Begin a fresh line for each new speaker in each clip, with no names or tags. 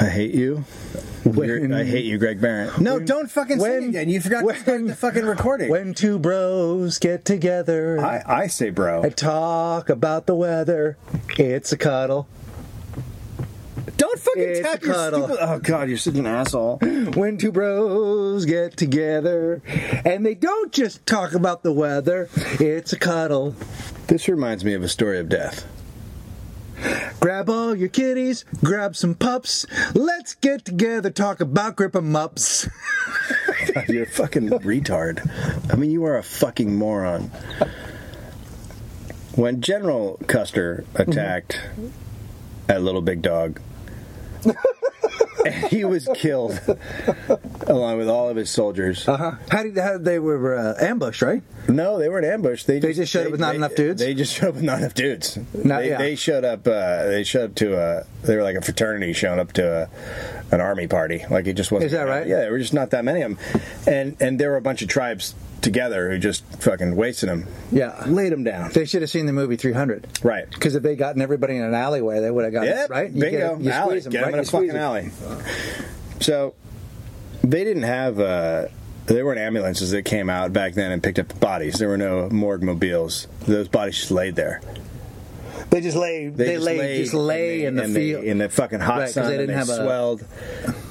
I hate you. You're- I hate you, Greg Barrett.
No, Oh, don't fucking
when-
sing again. You forgot
when-
to start the fucking recording.
When two bros get together
I, I say, bro.
and talk about the weather, it's a cuddle.
don't fucking
It's
tap
a
your
cuddle.
stupid. Oh god, you're such an asshole.
When two bros get together and they don't just talk about the weather, it's a cuddle. This reminds me of a story of death. Grab all your kitties, grab some pups. Let's get together, talk about grip 'em ups.
You're a fucking retard.
I mean, you are a fucking moron.
When General Custer attacked a little big dog, he was killed along with all of his soldiers.
Uh huh. How did how, they were uh, ambushed, right?
No, they weren't ambushed. They,
They just showed up with not
they-
enough dudes?
They just showed up with not enough dudes.
Not-
they,
yeah.
they showed up. Uh, they showed up to a. They were like a fraternity showing up to a, an army party. Like it just wasn't.
Is that right?
Yeah, there were just not that many of them, and and there were a bunch of tribes together who just fucking wasted them.
Yeah.
laid them down.
They should have seen the movie 300.
Right.
Because if they gotten everybody in an alleyway, they would have gotten
Yep.
right. You
Bingo.
Get, you
alley.
squeeze them,
Get
right?
them
You
in a
squeeze
fucking
them.
alley. So they didn't have. Uh, there weren't ambulances that came out back then and picked up the bodies. There were no morgue mobiles. Those bodies just laid there.
They just lay. They,
just
lay.
laid
just lay
and
in
they-
the
and
field.
They, in the fucking hot
Right, 'cause
sun,
they
and
didn't have a-
swelled,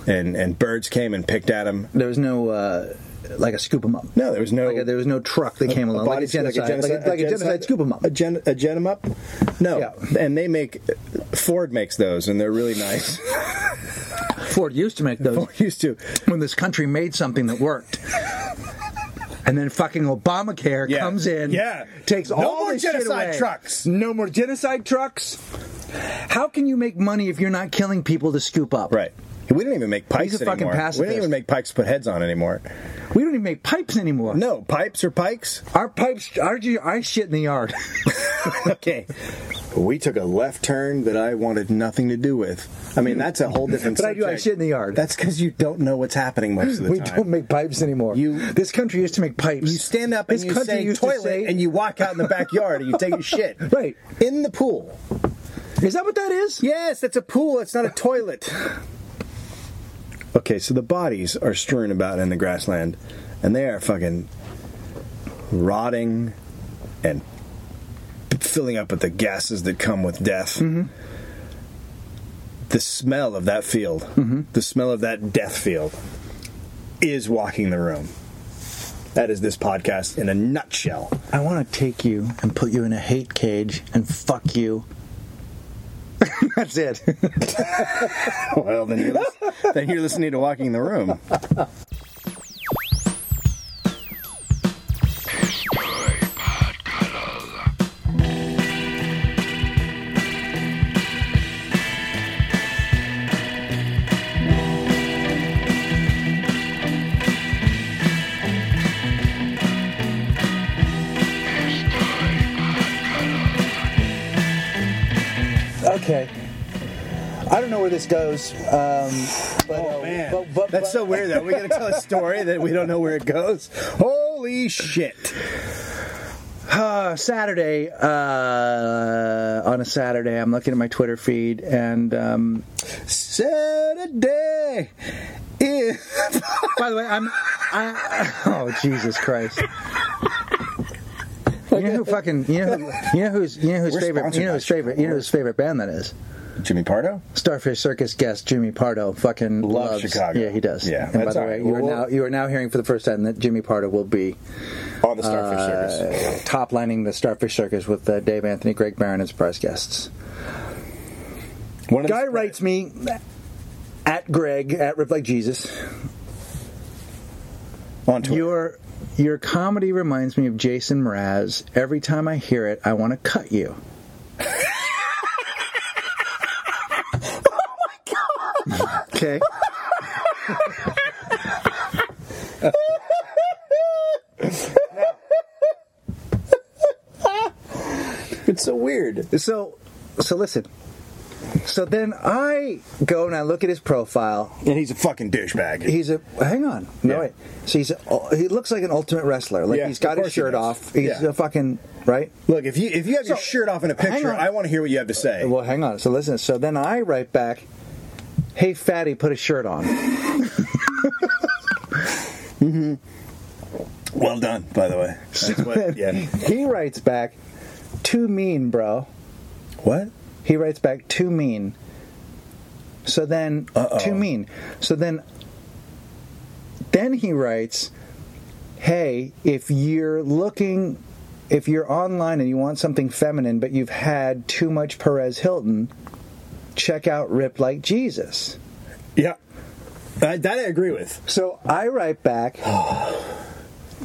and and birds came and picked at them.
there was no uh, like a scoop 'em up.
No, there was no.
Like a, there was no truck that came along. Like a
body-
genocide. Like a genocide, like a, genocide scoop 'em up.
A, gen, a gen 'em up? No.
Yeah.
And they make, Ford makes those, and they're really nice.
Ford used to make those
Ford used to.
when this country made something that worked. And then fucking Obamacare
Yeah.
comes in,
Yeah.
takes
No
all
more
this shit
genocide
away.
trucks.
no more genocide trucks. How can you make money if you're not killing people to scoop up?
Right. We didn't even make pipes
He's a fucking
anymore. we
pacifist.
didn't even make pipes to put heads on anymore.
We don't even make pipes anymore.
No, pipes or pikes?
Our pipes, our, I shit in the yard.
okay. We took a left turn that I wanted nothing to do with. I mean, that's a whole different
But I do, I
subject.
shit in the yard.
That's because you don't know what's happening most of the
we
time.
don't make pipes anymore.
You-
this country used to make pipes.
You stand up
this
and you
country
say
used
toilet,
to say,
and you walk out in the backyard and you take a shit.
Right.
In the pool.
is that what that is?
Yes, that's a pool. It's not a toilet. okay, so the bodies are strewn about in the grassland, and they are fucking rotting and filling up with the gases that come with death. The smell of that field, the smell of that death field, is walking the room. That is this podcast in a nutshell.
I want to take you and put you in a hate cage and fuck you. That's it.
Well, then you're, lis- then you're listening to Walking the Room.
okay. I don't know where this goes. Um, but, oh,
Man, that's so weird that we gotta tell a story that we don't know where it goes. Holy shit!
Uh, Saturday, uh, on a Saturday, I'm looking at my Twitter feed and. Um,
Saturday. is-
By the way, I'm. I, oh Jesus Christ! You know who fucking you know who, you know who's you know whose
We're
favorite you know whose
sponsored by
favorite you know whose favorite band that is
Jimmy Pardo.
Starfish Circus guest Jimmy Pardo fucking
Loves
loves
Chicago.
yeah he does
Yeah,
and by
that's
the
all
way
right.
you are
Well-
now you are now hearing for the first time that Jimmy Pardo will be
On the Starfish Circus.
uh, top lining the Starfish Circus with uh, Dave Anthony Greg Barron as surprise guests
One of the
guy
surprise-
writes me at Greg at Rip Like Jesus
on Twitter.
Your your comedy reminds me of Jason Mraz. Every time I hear it, I want to cut you. Okay.
it's so weird.
So so listen. So then I go and I look at his profile.
And he's a fucking douchebag.
He's a hang on. No
Yeah.
wait. So he's a, he looks like an ultimate wrestler. Like
Yeah,
he's got
of course
his
he
shirt
does.
off. He's
Yeah.
a fucking right?
Look, if you if you have your
So,
shirt off in a
hang
picture,
on.
I want to hear what you have to say.
Well, hang on. So listen. So then I write back, hey, fatty, put a shirt on.
Well done, by the way. That's what, yeah.
He writes back, too mean, bro.
What?
He writes back, too mean. So then,
Uh-oh.
too mean. So then, then he writes, hey, if you're looking, if you're online and you want something feminine, but you've had too much Perez Hilton, check out Rip Like Jesus.
Yeah. I, that I agree with.
So I write back,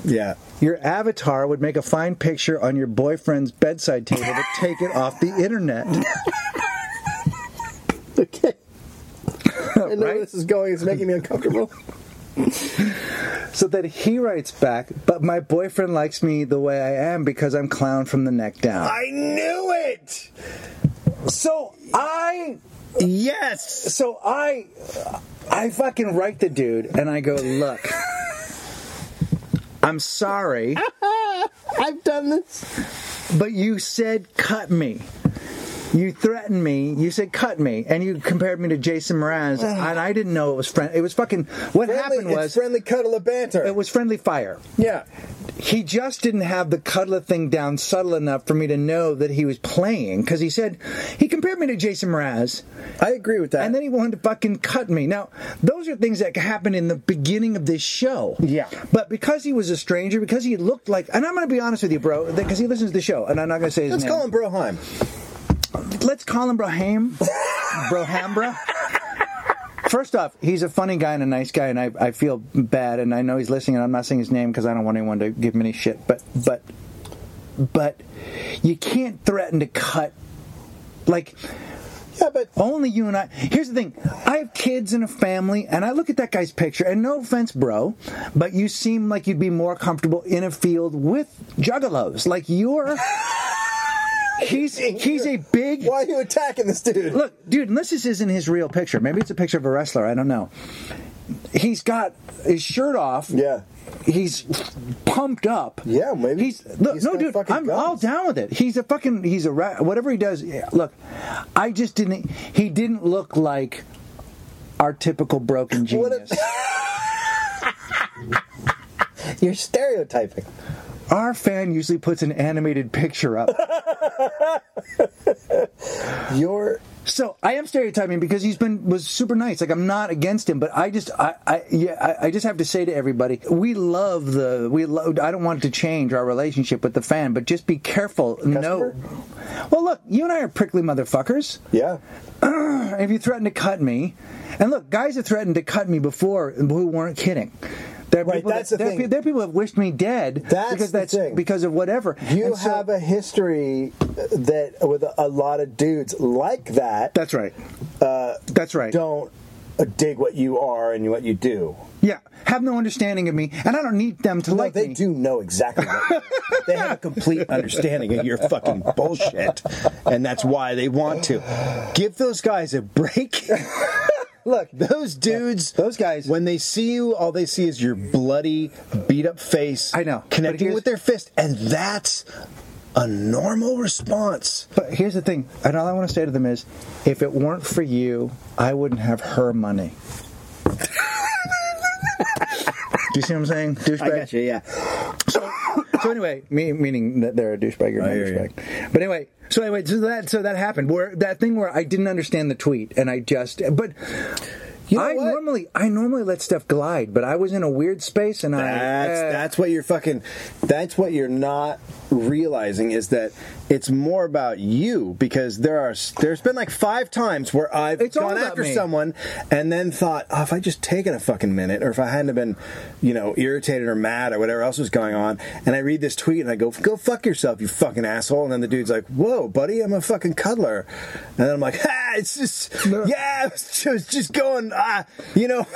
Yeah.
Your avatar would make a fine picture on your boyfriend's bedside table to take it off the internet.
Okay. I know
Right?
where this is going. It's making me uncomfortable.
So that he writes back, but my boyfriend likes me the way I am because I'm clown from the neck down.
I knew it.
So I,
Yes.
so I, I fucking write the dude and I go, look, I'm sorry,
I've done this.
but you said cut me. You threatened me. You said cut me, and you compared me to Jason Mraz, and I didn't know it was friend. It was fucking. What happened
Friendly-
was
it's friendly cuddle of banter.
it was friendly fire.
yeah.
He just didn't have the cuddler thing down subtle enough for me to know that he was playing because he said he compared me to Jason Mraz
I agree with that.
and then he wanted to fucking cut me. Now, those are things that happened in the beginning of this show.
Yeah.
But because he was a stranger, because he looked like, and I'm going to be honest with you, bro, because he listens to the show, and I'm not going to say his
Let's
name.
call him Broheim.
Let's call him Braham. Brohambra. First off, he's a funny guy and a nice guy, and I, I feel bad, and I know he's listening, and I'm not saying his name because I don't want anyone to give him any shit. But but but you can't threaten to cut. Like
Yeah, but
only you and I. Here's the thing: I have kids and a family, and I look at that guy's picture. And no offense, bro, but you seem like you'd be more comfortable in a field with juggalos. Like you're. He's he's a big
why are you attacking this dude?
Look, dude, unless this isn't his real picture, maybe it's a picture of a wrestler. I don't know. He's got his shirt off.
Yeah.
He's pumped up.
Yeah, maybe
He's look,
he's
no,
got
dude.
fucking
I'm
guns.
all down with it. He's a fucking. He's a ra- whatever he does. yeah, Look, I just didn't. He didn't look like our typical broken
What a-
genius.
You're stereotyping.
our fan usually puts an animated picture up.
You're
So I am stereotyping because he's been was super nice. Like I'm not against him, but I just I, I yeah I, I just have to say to everybody, we love the we love. I don't want to change our relationship with the fan, but just be careful.
Customer?
No, well look, you and I are prickly motherfuckers.
yeah.
If you threaten to cut me, and look, guys have threatened to cut me before who weren't kidding. There are
Right,
people
that's
that,
the
there, are
thing.
pe- there are people who have wished me dead
That's
because
the
that's
thing.
because of whatever.
You
And so-
have a history that with a, a lot of dudes like that uh,
that's right. that's right.
don't dig what you are and what you do.
Yeah, have no understanding of me, and I don't need them to
No,
like
they
me.
do know exactly. What they have a complete understanding of your fucking bullshit, and that's why they want to give those guys a break.
Look,
Those dudes,
Those guys-
when they see you, all they see is your bloody, beat up face.
I know. But
connecting
here's-
with their fist, and that's a normal response.
but here's the thing, and all I want to say to them is, if it weren't for you, I wouldn't have her money. Do you see what I'm saying? Douchebag.
you. Yeah.
So anyway, me, meaning that they're a douchebag, you're not a
hear you.
douchebag. But anyway, so anyway, so that so that happened. Where that thing where I didn't understand the tweet, and I just but.
You know
I
what?
normally I normally let stuff glide, but I was in a weird space, and I
That's
eh.
that's what you're fucking. That's what you're not realizing is that it's more about you because there are there's been like five times where I've
It's all
gone
about
after
me.
someone and then thought, oh, if I just taken a fucking minute, or if I hadn't have been, you know, irritated or mad or whatever else was going on, and I read this tweet and I go, go fuck yourself, you fucking asshole, and then the dude's like, whoa, buddy, I'm a fucking cuddler, and then I'm like, ah, it's just yeah, I was just, just going, ah, you know,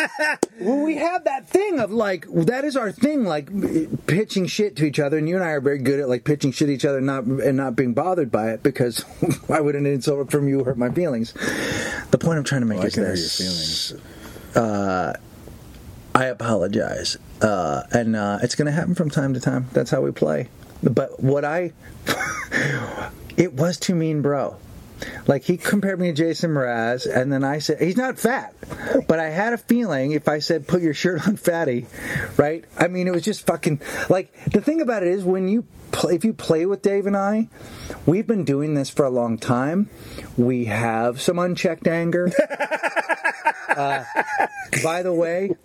Well, we have that thing of like that is our thing, like pitching shit to each other, and you and I are very good at like pitching shit to each other, and not and not being bothered by it because why would an insult from you hurt my feelings? The point I'm trying to make
I
is
can hurt
this: Uh,
your feelings.
I apologize, uh, and uh, it's going to happen from time to time. That's how we play. But what I, it was too mean, bro. Like he compared me to Jason Mraz, and then I said he's not fat, but I had a feeling if I said put your shirt on, fatty, right? I mean, it was just fucking like the thing about it is when you play, if you play with Dave and I, we've been doing this for a long time. We have some unchecked anger. By the way,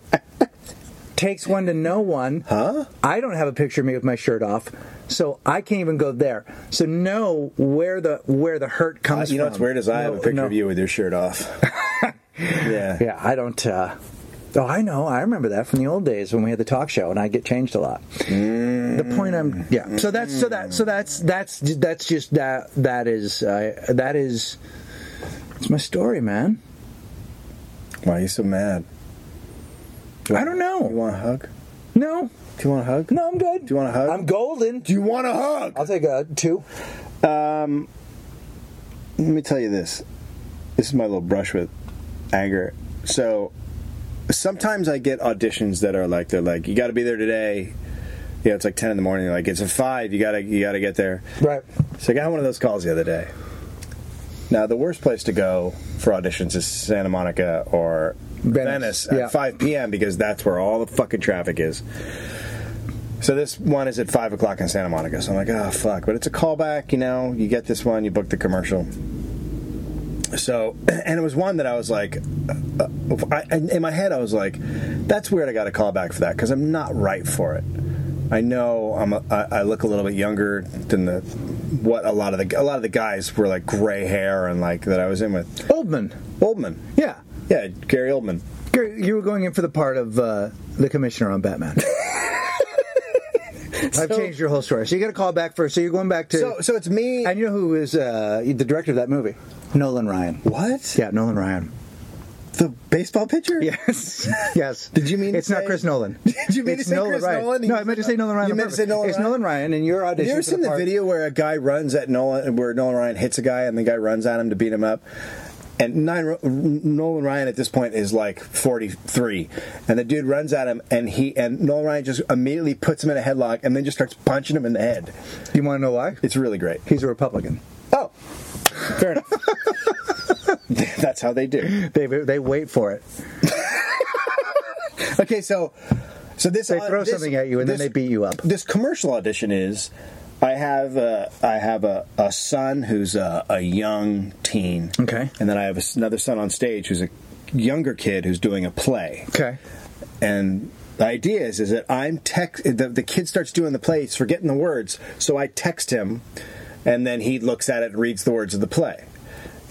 takes one to know one. Huh? I don't have a picture of me with my shirt off, so I can't even go there. So know where the where the hurt
Uh,
comes
you know
from.
what's weird is I have a
No,
picture
no.
of you with your shirt off. yeah.
Yeah, I don't. Uh, oh, I know. I remember that from the old days when we had the talk show, and I get changed a lot.
Mm.
The point I'm. Yeah. So that's so that so that's that's that's just that that is uh, that is. It's my story, man.
Why are you so mad? Do you
I
want-
don't know.
You want a hug?
No,
Do you want a hug?
no, I'm good.
Do you want a hug?
I'm golden.
Do you want a hug?
I'll take a two.
Um, let me tell you this. This is my little brush with anger. So sometimes I get auditions that are like they're like you got to be there today. You know, it's like ten in the morning. You're like it's a five. You gotta you gotta get there.
Right.
So I got one of those calls the other day. Now the worst place to go for auditions is Santa Monica or
Venice.
Venice,
Yeah.
at 5 p.m. because that's where all the fucking traffic is. So this one is at five o'clock in Santa Monica. So I'm like, oh fuck, but it's a callback, you know. You get this one, you book the commercial. So, and it was one that I was like, uh, I, in my head, I was like, that's weird. I got a callback for that because I'm not right for it. I know I'm a, I, I look a little bit younger than the what a lot of the a lot of the guys were like gray hair and like that I was in with
Oldman.
Oldman.
Yeah.
Yeah, Gary Oldman.
Gary, you were going in for the part of uh, the commissioner on Batman. I've changed your whole story. So you got to call back first. So you're going back to.
So so it's me.
and you know who is uh, the director of that movie? Nolan Ryan.
what?
Yeah, Nolan Ryan.
The baseball pitcher?
Yes. yes.
Did you mean to
It's not
say-
Chris Nolan.
Did you mean to
It's
say
Nolan
Chris
Ryan.
Nolan?
No, I meant to say Nolan Ryan.
You
on
meant to say
purpose.
Nolan
It's
Ryan?
Nolan Ryan, and you're auditioning.
Have you ever
for
seen the,
part-
video where a guy runs at Nolan, where Nolan Ryan hits a guy and the guy runs at him to beat him up? And nine, Nolan Ryan at this point is like 43, and the dude runs at him, and he and Nolan Ryan just immediately puts him in a headlock, and then just starts punching him in the head.
Do you want to know why?
It's really great.
He's a Republican.
Oh, fair enough. That's how they do.
They they wait for it.
Okay, so so this
They throw
this-
something at you, and
this-
then they beat you up.
this commercial audition is I have a, I have a, a son who's a, a young teen.
Okay.
And then I have another son on stage who's a younger kid who's doing a play.
Okay.
And the idea is is that I'm text the, the kid starts doing the play, he's forgetting the words, so I text him and then he looks at it and reads the words of the play.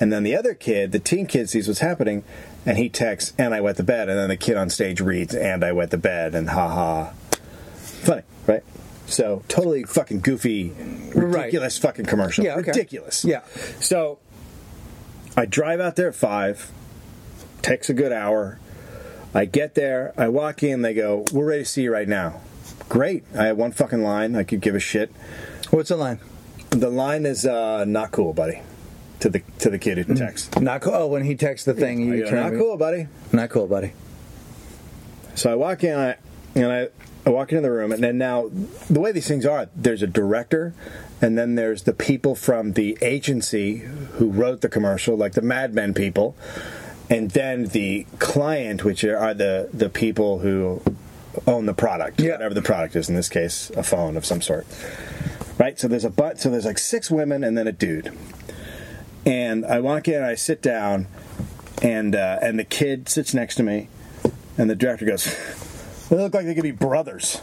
And then the other kid, the teen kid sees what's happening and he texts and I wet the bed and then the kid on stage reads and I wet the bed and ha ha funny, right? So totally fucking goofy, ridiculous fucking commercial.
Yeah, okay.
ridiculous.
Yeah.
So I drive out there at five. Takes a good hour. I get there. I walk in. They go, "We're ready to see you right now." Great. I have one fucking line. I could give a shit.
What's the line?
The line is uh, not cool, buddy. To the to the kid who texts.
Not cool. Oh, when he texts the Mm-hmm. thing,
I
you
go,
turn.
not cool, buddy.
Not cool, buddy.
So I walk in, I, and I, I walk into the room, and then now the way these things are, there's a director, and then there's the people from the agency who wrote the commercial, like the Mad Men people, and then the client, which are the the people who own the product,
Yeah.
whatever the product is. In this case, a phone of some sort. Right, so there's a but, so there's like six women and then a dude, and I walk in, and I sit down, and uh, and the kid sits next to me, and the director goes, "They look like they could be brothers,"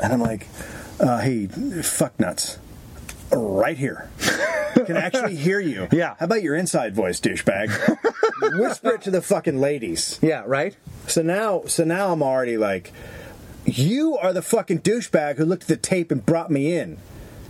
and I'm like, uh, "Hey, fuck nuts." Right here, can actually hear you.
Yeah.
How about your inside voice, douchebag? Whisper it to the fucking ladies.
Yeah. Right.
So now, so now I'm already like, you are the fucking douchebag who looked at the tape and brought me in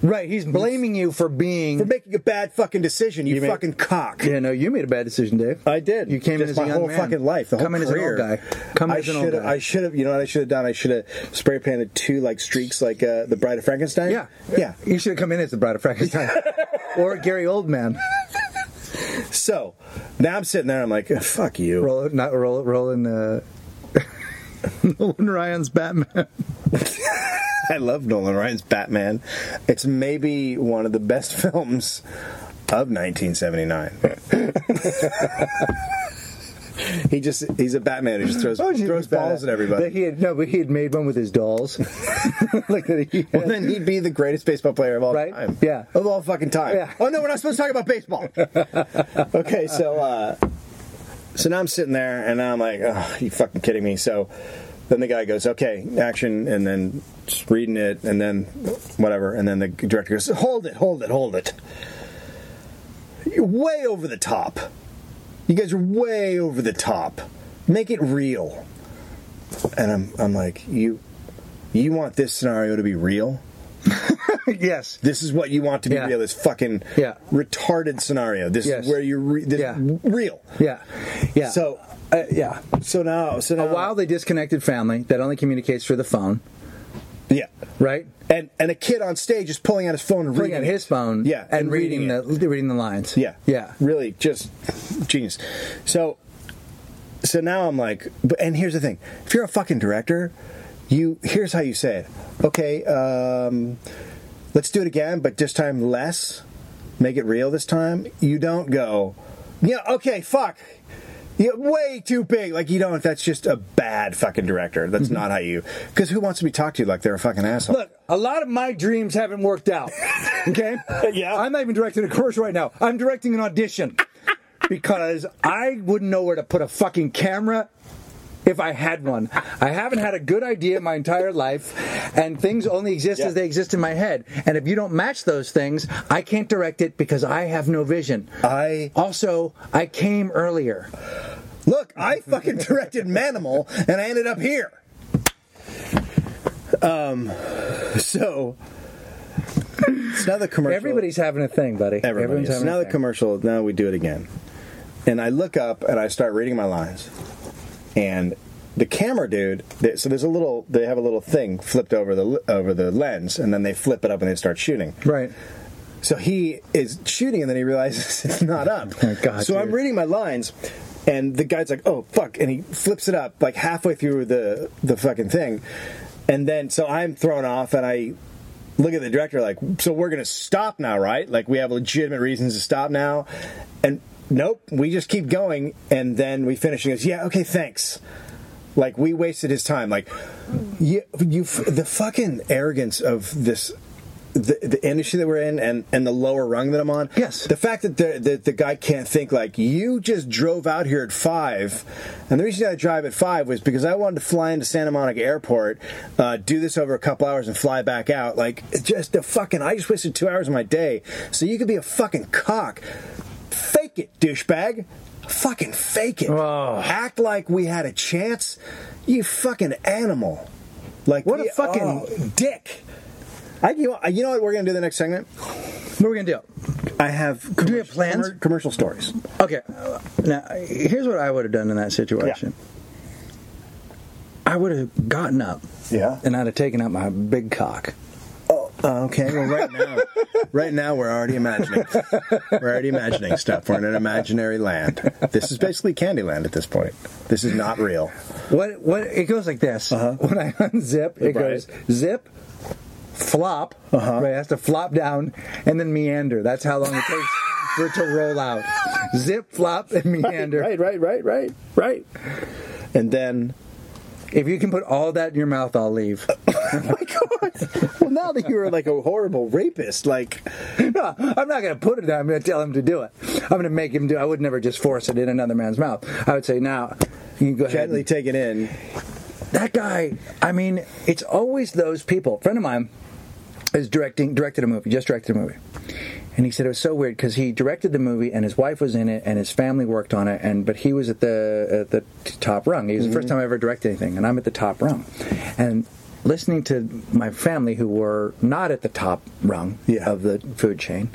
Right. He's blaming you for being.
for making a bad fucking decision. You,
You mean-
fucking cock.
yeah. No, you made a bad decision, Dave.
I did.
You came in
Just
as a
my
young
whole
man.
fucking life. The whole
Come in as an old
career.
guy. Come in
I
as an old
should've-
guy.
I should have. You know what I should have done? I should have spray painted two like streaks, like uh, the Bride of Frankenstein.
yeah.
yeah.
You should have come in as the Bride of Frankenstein or Gary Oldman.
So now I'm sitting there. I'm like, fuck you.
Roll, not roll, rolling. Uh, Nolan Ryan's Batman.
I love Nolan Ryan's Batman. It's maybe one of the best films of 1979. he just he's a Batman who just throws,
Oh, she'd
throws
be
balls
badass.
at everybody.
That he had, no, but he had made one with his dolls. like that he had.
Well, then he'd be the greatest baseball player of all
Right?
time.
Yeah.
Of all fucking time.
Yeah.
Oh, no, we're not supposed to talk about baseball. okay, so uh, so now I'm sitting there and I'm like, oh, are you fucking kidding me? So then the guy goes, okay, action, and then just reading it, and then whatever. And then the director goes, hold it, hold it, hold it. You're way over the top. You guys are way over the top. Make it real. And I'm, I'm like, you, you want this scenario to be real?
yes.
This is what you want to be
Yeah.
real. This fucking
Yeah.
retarded scenario. This
Yes.
is where you're re- this
Yeah.
real.
Yeah. Yeah.
So
uh, yeah.
so now so now
A wildly disconnected family that only communicates through the phone,
yeah,
right?
and and a kid on stage is pulling out his phone and
Pulling
reading
on
it.
his phone,
Yeah,
and, reading,
it.
the reading the lines,
Yeah.
yeah,
Really just genius. So so now I'm like but and here's the thing. If you're a fucking director, you here's how you say it. Okay, um let's do it again, but this time less. Make it real this time. You don't go, yeah, okay, fuck. Yeah, way too big. Like you don't. That's just a bad fucking director. That's not how you. Because who wants to be talked to like they're a fucking asshole?
Mm-hmm. Look, a lot of my dreams haven't worked out. Okay?
Yeah.
I'm not even directing a commercial right now. I'm directing an audition because I wouldn't know where to put a fucking camera if I had one. I haven't had a good idea my entire life, and things only exist
Yeah.
as they exist in my head. And if you don't match those things, I can't direct it because I have no vision.
I
also, I came earlier.
Look, I fucking directed Manimal and I ended up here. Um, so it's another commercial.
Everybody's having a thing, buddy.
everybody.
Everyone's
It's
having
another
a thing.
commercial. Now we do it again, and I look up and I start reading my lines, and the camera dude. They, so there's a little. They have a little thing flipped over the over the lens, and then they flip it up and they start shooting.
Right.
So he is shooting, and then he realizes it's not up.
Oh, God,
so I'm
dude.
reading my lines, and the guy's like, "Oh fuck!" and he flips it up like halfway through the the fucking thing, and then so I'm thrown off, and I look at the director like, "So we're gonna stop now, right? Like we have legitimate reasons to stop now," and nope, we just keep going, and then we finish. And he goes, "Yeah, okay, thanks." Like we wasted his time. Like you, you, the fucking arrogance of this, the, the industry that we're in, and and the lower rung that I'm on.
Yes.
the fact that the, the the guy can't think like you just drove out here at five, and the reason I drive at five was because I wanted to fly into Santa Monica Airport, uh, do this over a couple hours, and fly back out. Like it's just the fucking, I just wasted two hours of my day. So you could be a fucking cock. Fake it, douchebag. Fucking fake it.
Oh.
Act like we had a chance. You fucking animal. Like
What a
yeah,
fucking
dick. I you know, you know what we're gonna do the next segment?
What are we going to do?
I have commercial,
we have plans?
commer- commercial stories.
Okay. Now, here's what I would have done in that situation. I would have gotten up
Yeah.
and I'd have taken out my big cock.
Uh, okay. Well, right now, right now we're already imagining. We're already imagining stuff. We're in an imaginary land. This is basically Candyland at this point. This is not real.
What? What? It goes like this. When I unzip, it
Uh-huh. Right.
goes zip, flop.
Uh-huh.
Right, it has to flop down and then meander. That's how long it takes for it to roll out. Zip, flop, and meander.
right, right, right, right. And then
If you can put all that in your mouth, I'll leave.
oh Well, now that you're like a horrible rapist, like
No, I'm not going to put it down. I'm going to tell him to do it. I'm going to make him do. I would never just force it in another man's mouth. I would say now. You can go ahead.
gently
and-
taken in.
that guy. I mean, it's always those people. A friend of mine is directing directed a movie. Just directed a movie, and he said it was so weird because he directed the movie and his wife was in it and his family worked on it and but he was at the at the t- top rung. He was the
Mm-hmm.
first time I ever directed anything, and I'm at the top rung, and. Listening to my family, who were not at the top rung
Yeah.
of the food chain,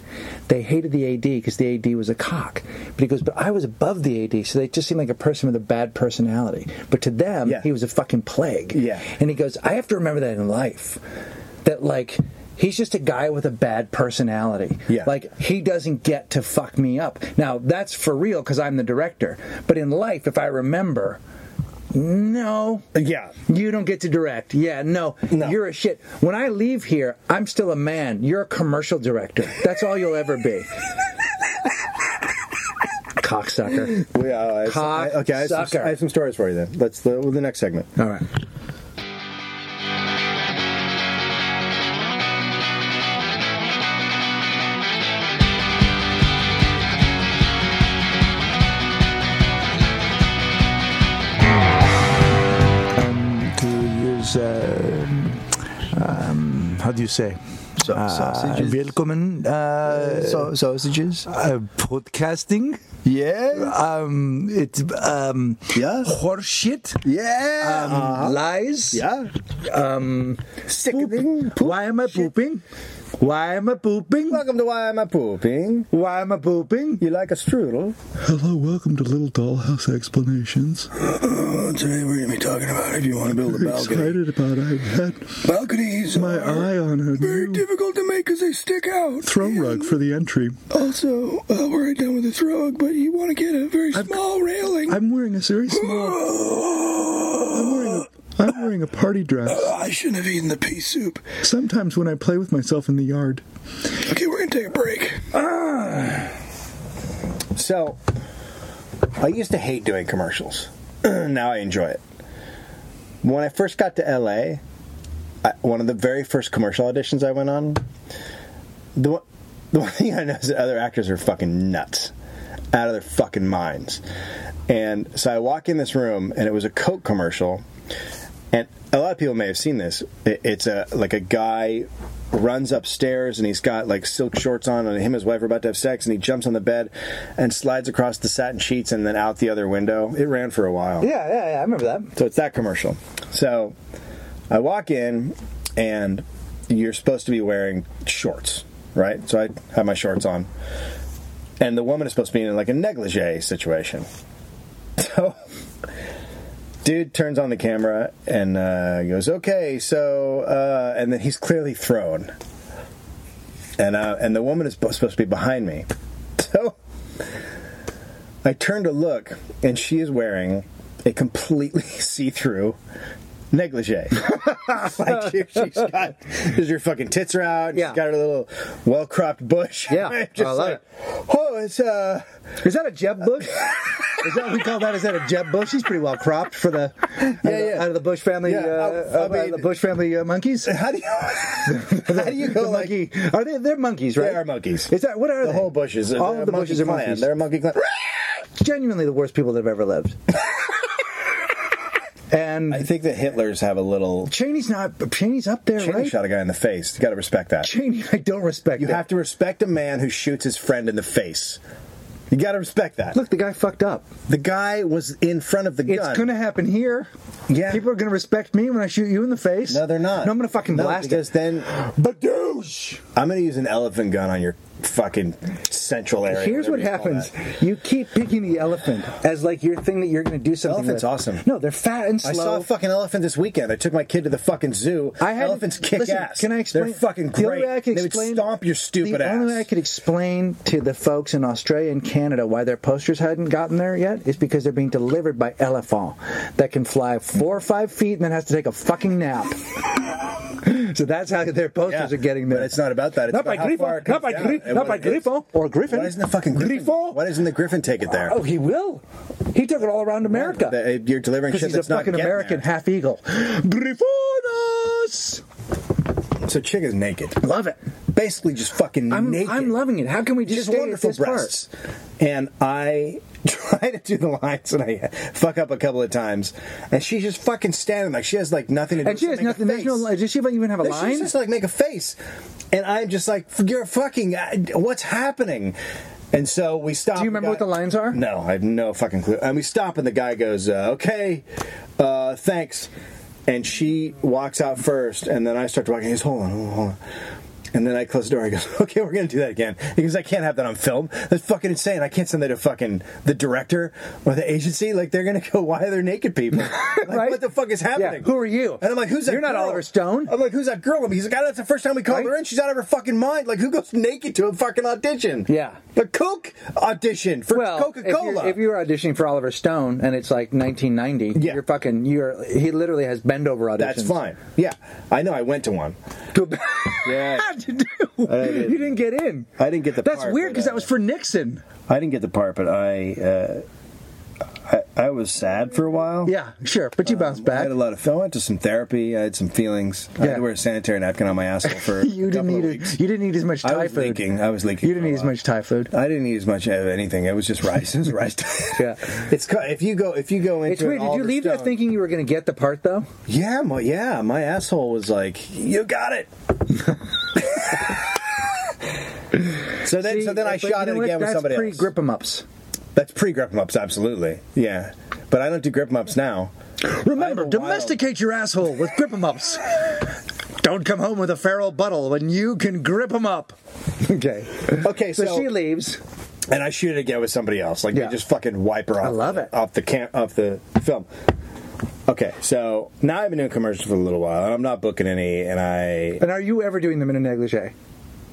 they hated the AD because the AD was a cock. But he goes, but I was above the AD, so they just seemed like a person with a bad personality. But to them,
Yeah.
he was a fucking plague.
Yeah.
And he goes, I have to remember that in life. That, like, he's just a guy with a bad personality.
Yeah.
Like, he doesn't get to fuck me up. Now, that's for real because I'm the director. But in life, if I remember, no,
Yeah.
you don't get to direct. Yeah, no,
No.
You're a shit. When I leave here, I'm still a man. You're a commercial director. That's all you'll ever be. Cocksucker.
We, uh, I-
Cock
I- okay, I have, some,
sucker.
I have some stories for you then. Let's the, the next segment.
All right.
Um, is, uh, um, how do you say?
So- sausages?
Willkommen. Uh,
So, sausages?
uh, podcasting.
Yeah.
Um, it's um,
Yeah.
horseshit.
Yeah. uh-huh.
Um, Lies.
yeah.
Um,
Sickening. poop.
why am I pooping? Why am I pooping?
Welcome to Why Am I Pooping?
Why am I pooping?
You like a strudel?
Hello, welcome to Little Dollhouse Explanations.
today we're going to be talking about if you want to build a balcony.
Excited about I had
Balconies
my eye on a
very
new
difficult to make because they stick out.
throw rug for the entry.
Also, uh, we're right down with the throw, but you want to get a very small railing.
I'm wearing a very small. I'm wearing a. I'm wearing a party dress.
I shouldn't have eaten the pea soup.
Sometimes when I play with myself in the yard,
Okay, we're going to take a break.
Ah. So, I used to hate doing commercials. now I enjoy it. When I first got to LA, I, one of the very first commercial auditions I went on, the one, the one thing I know is that other actors are fucking nuts, out of their fucking minds. And so I walk in this room, and it was a Coke commercial, and a lot of people may have seen this. It- It's a like a guy runs upstairs and he's got like silk shorts on, and him and his wife are about to have sex, and he jumps on the bed and slides across the satin sheets and then out the other window. It ran for a while.
Yeah, yeah, yeah. I remember that.
So it's that commercial. So I walk in, and you're supposed to be wearing shorts, right? So I have my shorts on, and the woman is supposed to be in like a negligee situation. So, dude turns on the camera and uh, goes, "Okay, so," uh, and then he's clearly thrown, and uh, and the woman is supposed to be behind me. So. I turn to look, and she is wearing a completely see-through negligee. like here she's got, because your fucking tits are out.
Yeah.
She's got her little well-cropped bush.
Yeah.
I'm
I
just
love
like, oh, it's uh,
Is that a Jeb Bush? Is that what we call that? Is that a Jeb Bush? He's pretty well cropped for the out, of, the-
yeah.
out of the Bush family.
Yeah,
uh,
I- I
uh,
mean-
the Bush family uh, monkeys.
how do you, how do you
The
go like?
monkey? Are they? They're monkeys, right?
They are monkeys.
Is that what are
the
they?
whole bushes.
All of the bushes are monkeys.
They're a monkey clan.
genuinely the worst people that have ever lived. and
I think the Hitlers have a little.
Cheney's not. Cheney's up there,
Cheney
right?
shot a guy in the face. You got to respect that.
Cheney, I don't respect.
You
that.
have to respect a man who shoots his friend in the face. You got to respect that.
look. The guy fucked up.
The guy was in front of the gun.
It's gonna happen here.
Yeah.
people are gonna respect me when I shoot you in the face.
No, they're not.
No, I'm gonna fucking
No,
blast
because
it.
then
Badoosh!
I'm going to use an elephant gun on your fucking central area.
Here's what
whatever you call
happens:
that.
you keep picking the elephant as like your thing that you're gonna do something.
Elephant's
with.
awesome.
No, they're fat and slow.
I saw a fucking elephant this weekend. I took my kid to the fucking zoo.
I hadn't-
elephants kick
listen,
ass.
Can I explain?
They're fucking
The only
great.
way I could
they
explain,
would stomp your stupid
the
ass.
only way I could explain to the folks in Australia and Canada why their posters hadn't gotten there yet is because they're being delivered by elephant that can fly four or five feet and then has to take a fucking nap. so that's how their posters
Yeah,
are getting there.
but it's not about that. It's
not
about
by
how far it
Griffon. Not
comes
by
down.
Gri-
And
Not by
what it is.
Griffon or Griffin.
Why doesn't the fucking griffin?
Griffon?
Why doesn't the griffin take it there?
Oh, he will. He took it all around America.
They- You're delivering
Because
shit
he's a
that's not
fucking
getting
American
there.
half eagle. Griffonas!
So chick is naked,
Love it.
basically just fucking
I'm,
naked.
I'm loving it. How can we just
just
stay
wonderful
at this part?
breasts. And I try to do the lines and I fuck up a couple of times. And she's just fucking standing like she has like nothing to do.
And she has
except
nothing.
make
There's
a
no.
face.
li- Does she even have a
Then
line?
She's just like make a face, and I'm just like, you're fucking. I- What's happening? And so we stop.
Do you remember
guy-
what the lines are?
No, I have no fucking clue. And we stop, and the guy goes, uh, "Okay, uh, thanks." And she walks out first, and then I start to walk. And he goes, "Hold on, hold on." Hold on. And then I close the door. I goes, "Okay, we're gonna do that again." He goes, "I can't have that on film. That's fucking insane. I can't send that to fucking the director or the agency. Like they're gonna go, why are there naked people? Like,
Right?
What the fuck is happening?
who are you?
And I'm like, who's that?
You're not
girl?
Oliver Stone.
I'm like, who's that girl? And he's like, oh, that's the first time we called
Right?
her in. She's out of her fucking mind. Like, who goes naked to a fucking audition?
Yeah.
The Coke audition for
well, if
Coca
you're-
Cola.
If you're auditioning for Oliver Stone and it's like 1990,
Yeah.
you're fucking. You're he literally has bend over auditions.
That's fine. Yeah. I know. I went to one.
To-
Yeah.
What'd you do?
I didn't.
You didn't get in.
I didn't get the
That's
part,
weird
but,
because
uh,
that was for Nixon.
I didn't get the part, but I, uh, I I was sad for a while.
Yeah, sure. But you bounced
Um, I
back.
had a lot of. I went to some therapy. I had some feelings. I had
Yeah.
to wear a sanitary napkin on my asshole for.
You didn't
a couple
need
of
a,
weeks.
you didn't eat as much
I
Thai
was
food.
leaking. I was leaking.
You didn't
for a
eat as
while.
much Thai food.
I didn't eat as much of anything. It was just rice. It was rice.
Yeah.
it's cu- if you go if you go into
It's weird.
an
Did you
Alder
leave that
Stone-
thinking you were going to get the part though?
Yeah, my yeah, my asshole was like, you got it. so then, so then I
But
shot
you know
it
what?
again with
That's
somebody
pre
else.
grip 'em ups.
That's pre grip 'em ups, absolutely. Yeah, but I don't do grip 'em ups now.
Remember,
wild-
domesticate your asshole with grip 'em ups. Don't come home with a feral buttle when you can grip 'em up. Okay.
Okay,
So,
so,
she leaves.
and I shoot it again with somebody else. Like
Yeah.
they just fucking wipe her off.
love it.
off the cam off the film. Okay, so now I've been doing commercials for a little while, and I'm not booking any, and I
And are you ever doing them in a negligee?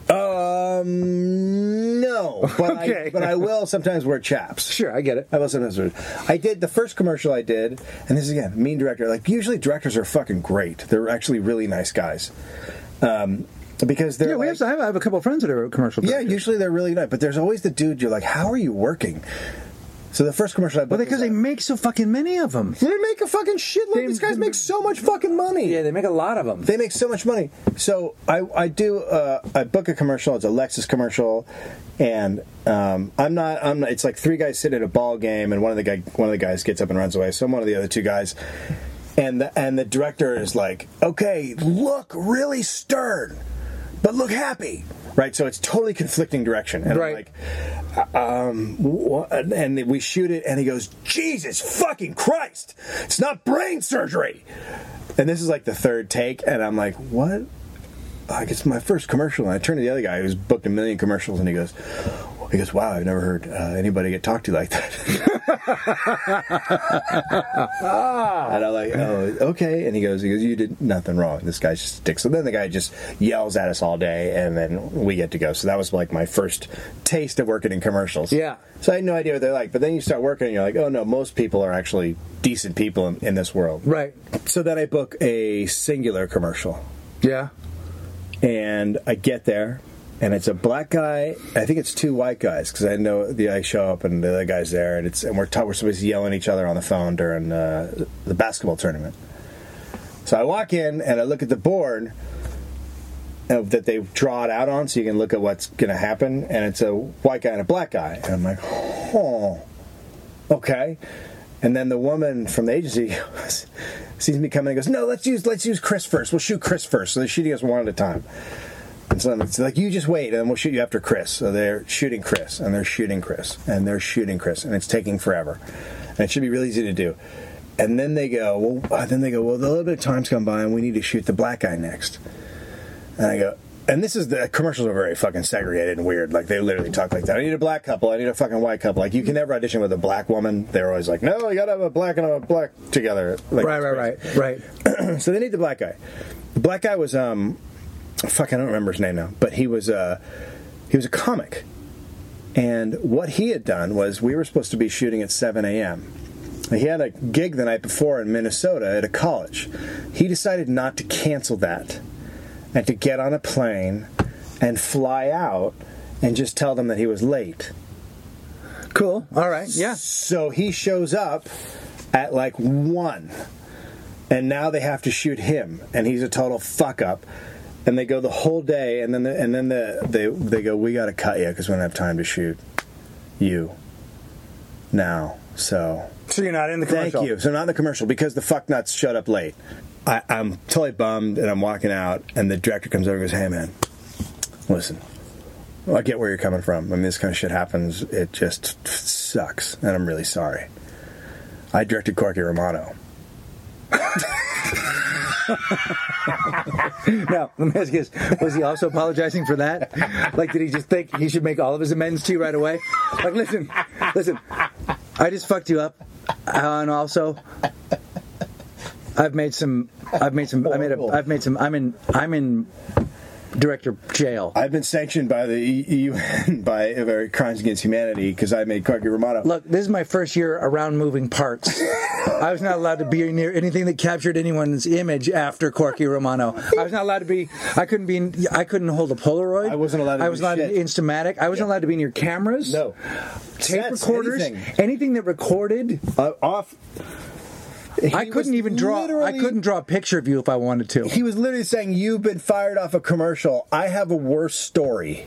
um no, but
Okay.
I, but I will sometimes wear chaps.
Sure, I get it.
I will sometimes. wear- I did the first commercial I did, and this is again mean director. Like usually directors are fucking great. They're actually really nice guys, um, because they're
Yeah, we
like-
have, I have- I have a couple of friends that are commercial.
yeah.
directors.
Usually they're really nice, but there's always the dude. You're like, how are you working? So the first commercial I
Well,
booked
because
was
they
like,
make so fucking many of them.
they make a fucking shitload.
They-
These guys make so much fucking money.
they make a lot of them.
They make so much money. So I, I do uh, I book a commercial. It's a Lexus commercial, and um, I'm not I'm not, it's like three guys sit at a ball game, and one of the guy one of the guys gets up and runs away. So I'm one of the other two guys, and the, and the director is like, okay, look really stern, but look happy. Right, so it's totally conflicting direction, and
Right.
I'm like, um, wha- and we shoot it, and he goes, "Jesus fucking Christ! It's not brain surgery." And this is like the third take, and I'm like, what? Like it's my first commercial, and I turn to the other guy who's booked a million commercials, and he goes, he goes, wow, I've never heard uh, anybody get talked to like that. and I'm like, oh, okay. And he goes, he goes, you did nothing wrong. This guy just sticks. So then the guy just yells at us all day, and then we get to go. So that was like my first taste of working in commercials.
Yeah.
So I had no idea what they're like, but then you start working, and you're like, oh no, most people are actually decent people in, in this world.
Right.
So then I book a singular commercial,
Yeah.
and I get there, and it's a black guy. I think it's two white guys because I know the I show up and the other guy's there, and it's and we're ta- we're supposed to yell at each other on the phone during uh, the basketball tournament. So I walk in and I look at the board uh, that they draw it out on, so you can look at what's going to happen, and it's a white guy and a black guy, and I'm like, oh, okay. And then the woman from the agency sees me coming and goes, "No, let's use let's use Chris first. We'll shoot Chris first. So they're shooting us one at a time. And so it's like you just wait, and then we'll shoot you after Chris. So they're shooting Chris, and they're shooting Chris, and they're shooting Chris, and it's taking forever. And it should be really easy to do. And then they go, well, uh, then they go, well, a little bit of time's gone by, and we need to shoot the black guy next. And I go, and this is the commercials are very fucking segregated and weird. Like they literally talk like that. I need a black couple. I need a fucking white couple. Like you can never audition with a black woman. They're always like, no, you gotta have a black and a black together. Like,
Right,
it's
right,
crazy
right, right.
so they need the black guy. The black guy was um, fuck, I don't remember his name now, but he was uh, he was a comic, and what he had done was we were supposed to be shooting at seven a.m. He had a gig the night before in Minnesota at a college. He decided not to cancel that and to get on a plane and fly out and just tell them that he was late.
Cool. All right. Yeah.
So he shows up at like one, and now they have to shoot him, and he's a total fuck up. And they go the whole day, and then the, and then the, they they go, we got to cut you because we don't have time to shoot you now. So
So you're not in the
Thank you. So not in the commercial because the fuck nuts shut up late. I, I'm totally bummed and I'm walking out and the director comes over and goes, Hey man, listen. Well, I get where you're coming from. I mean this kind of shit happens. It just sucks and I'm really sorry. I directed Corky Romano.
Now, let me ask you this. Was he also apologizing for that? Like, did he just think he should make all of his amends to you right away? Like, listen, listen, I just fucked you up. And also, I've made some, I've made some, I made a, I've made some, I'm in, I'm in
director jail.
I've been sanctioned by the E- UN by uh, crimes against humanity because I made Cargi Romano.
Look, this is my first year around moving parts. I was not allowed to be near anything that captured anyone's image after Corky Romano. I was not allowed to be. I couldn't be. I couldn't hold a Polaroid.
I wasn't allowed to
I
do
was not
shit.
Instamatic. I wasn't allowed to be near cameras.
No.
Tape
Sets,
recorders.
anything.
Anything. that recorded.
Uh, off. He
I
was
couldn't even draw. I
literally-
couldn't draw a picture of you if I wanted to.
He was literally saying, "You've been fired off a commercial. I have a worse story."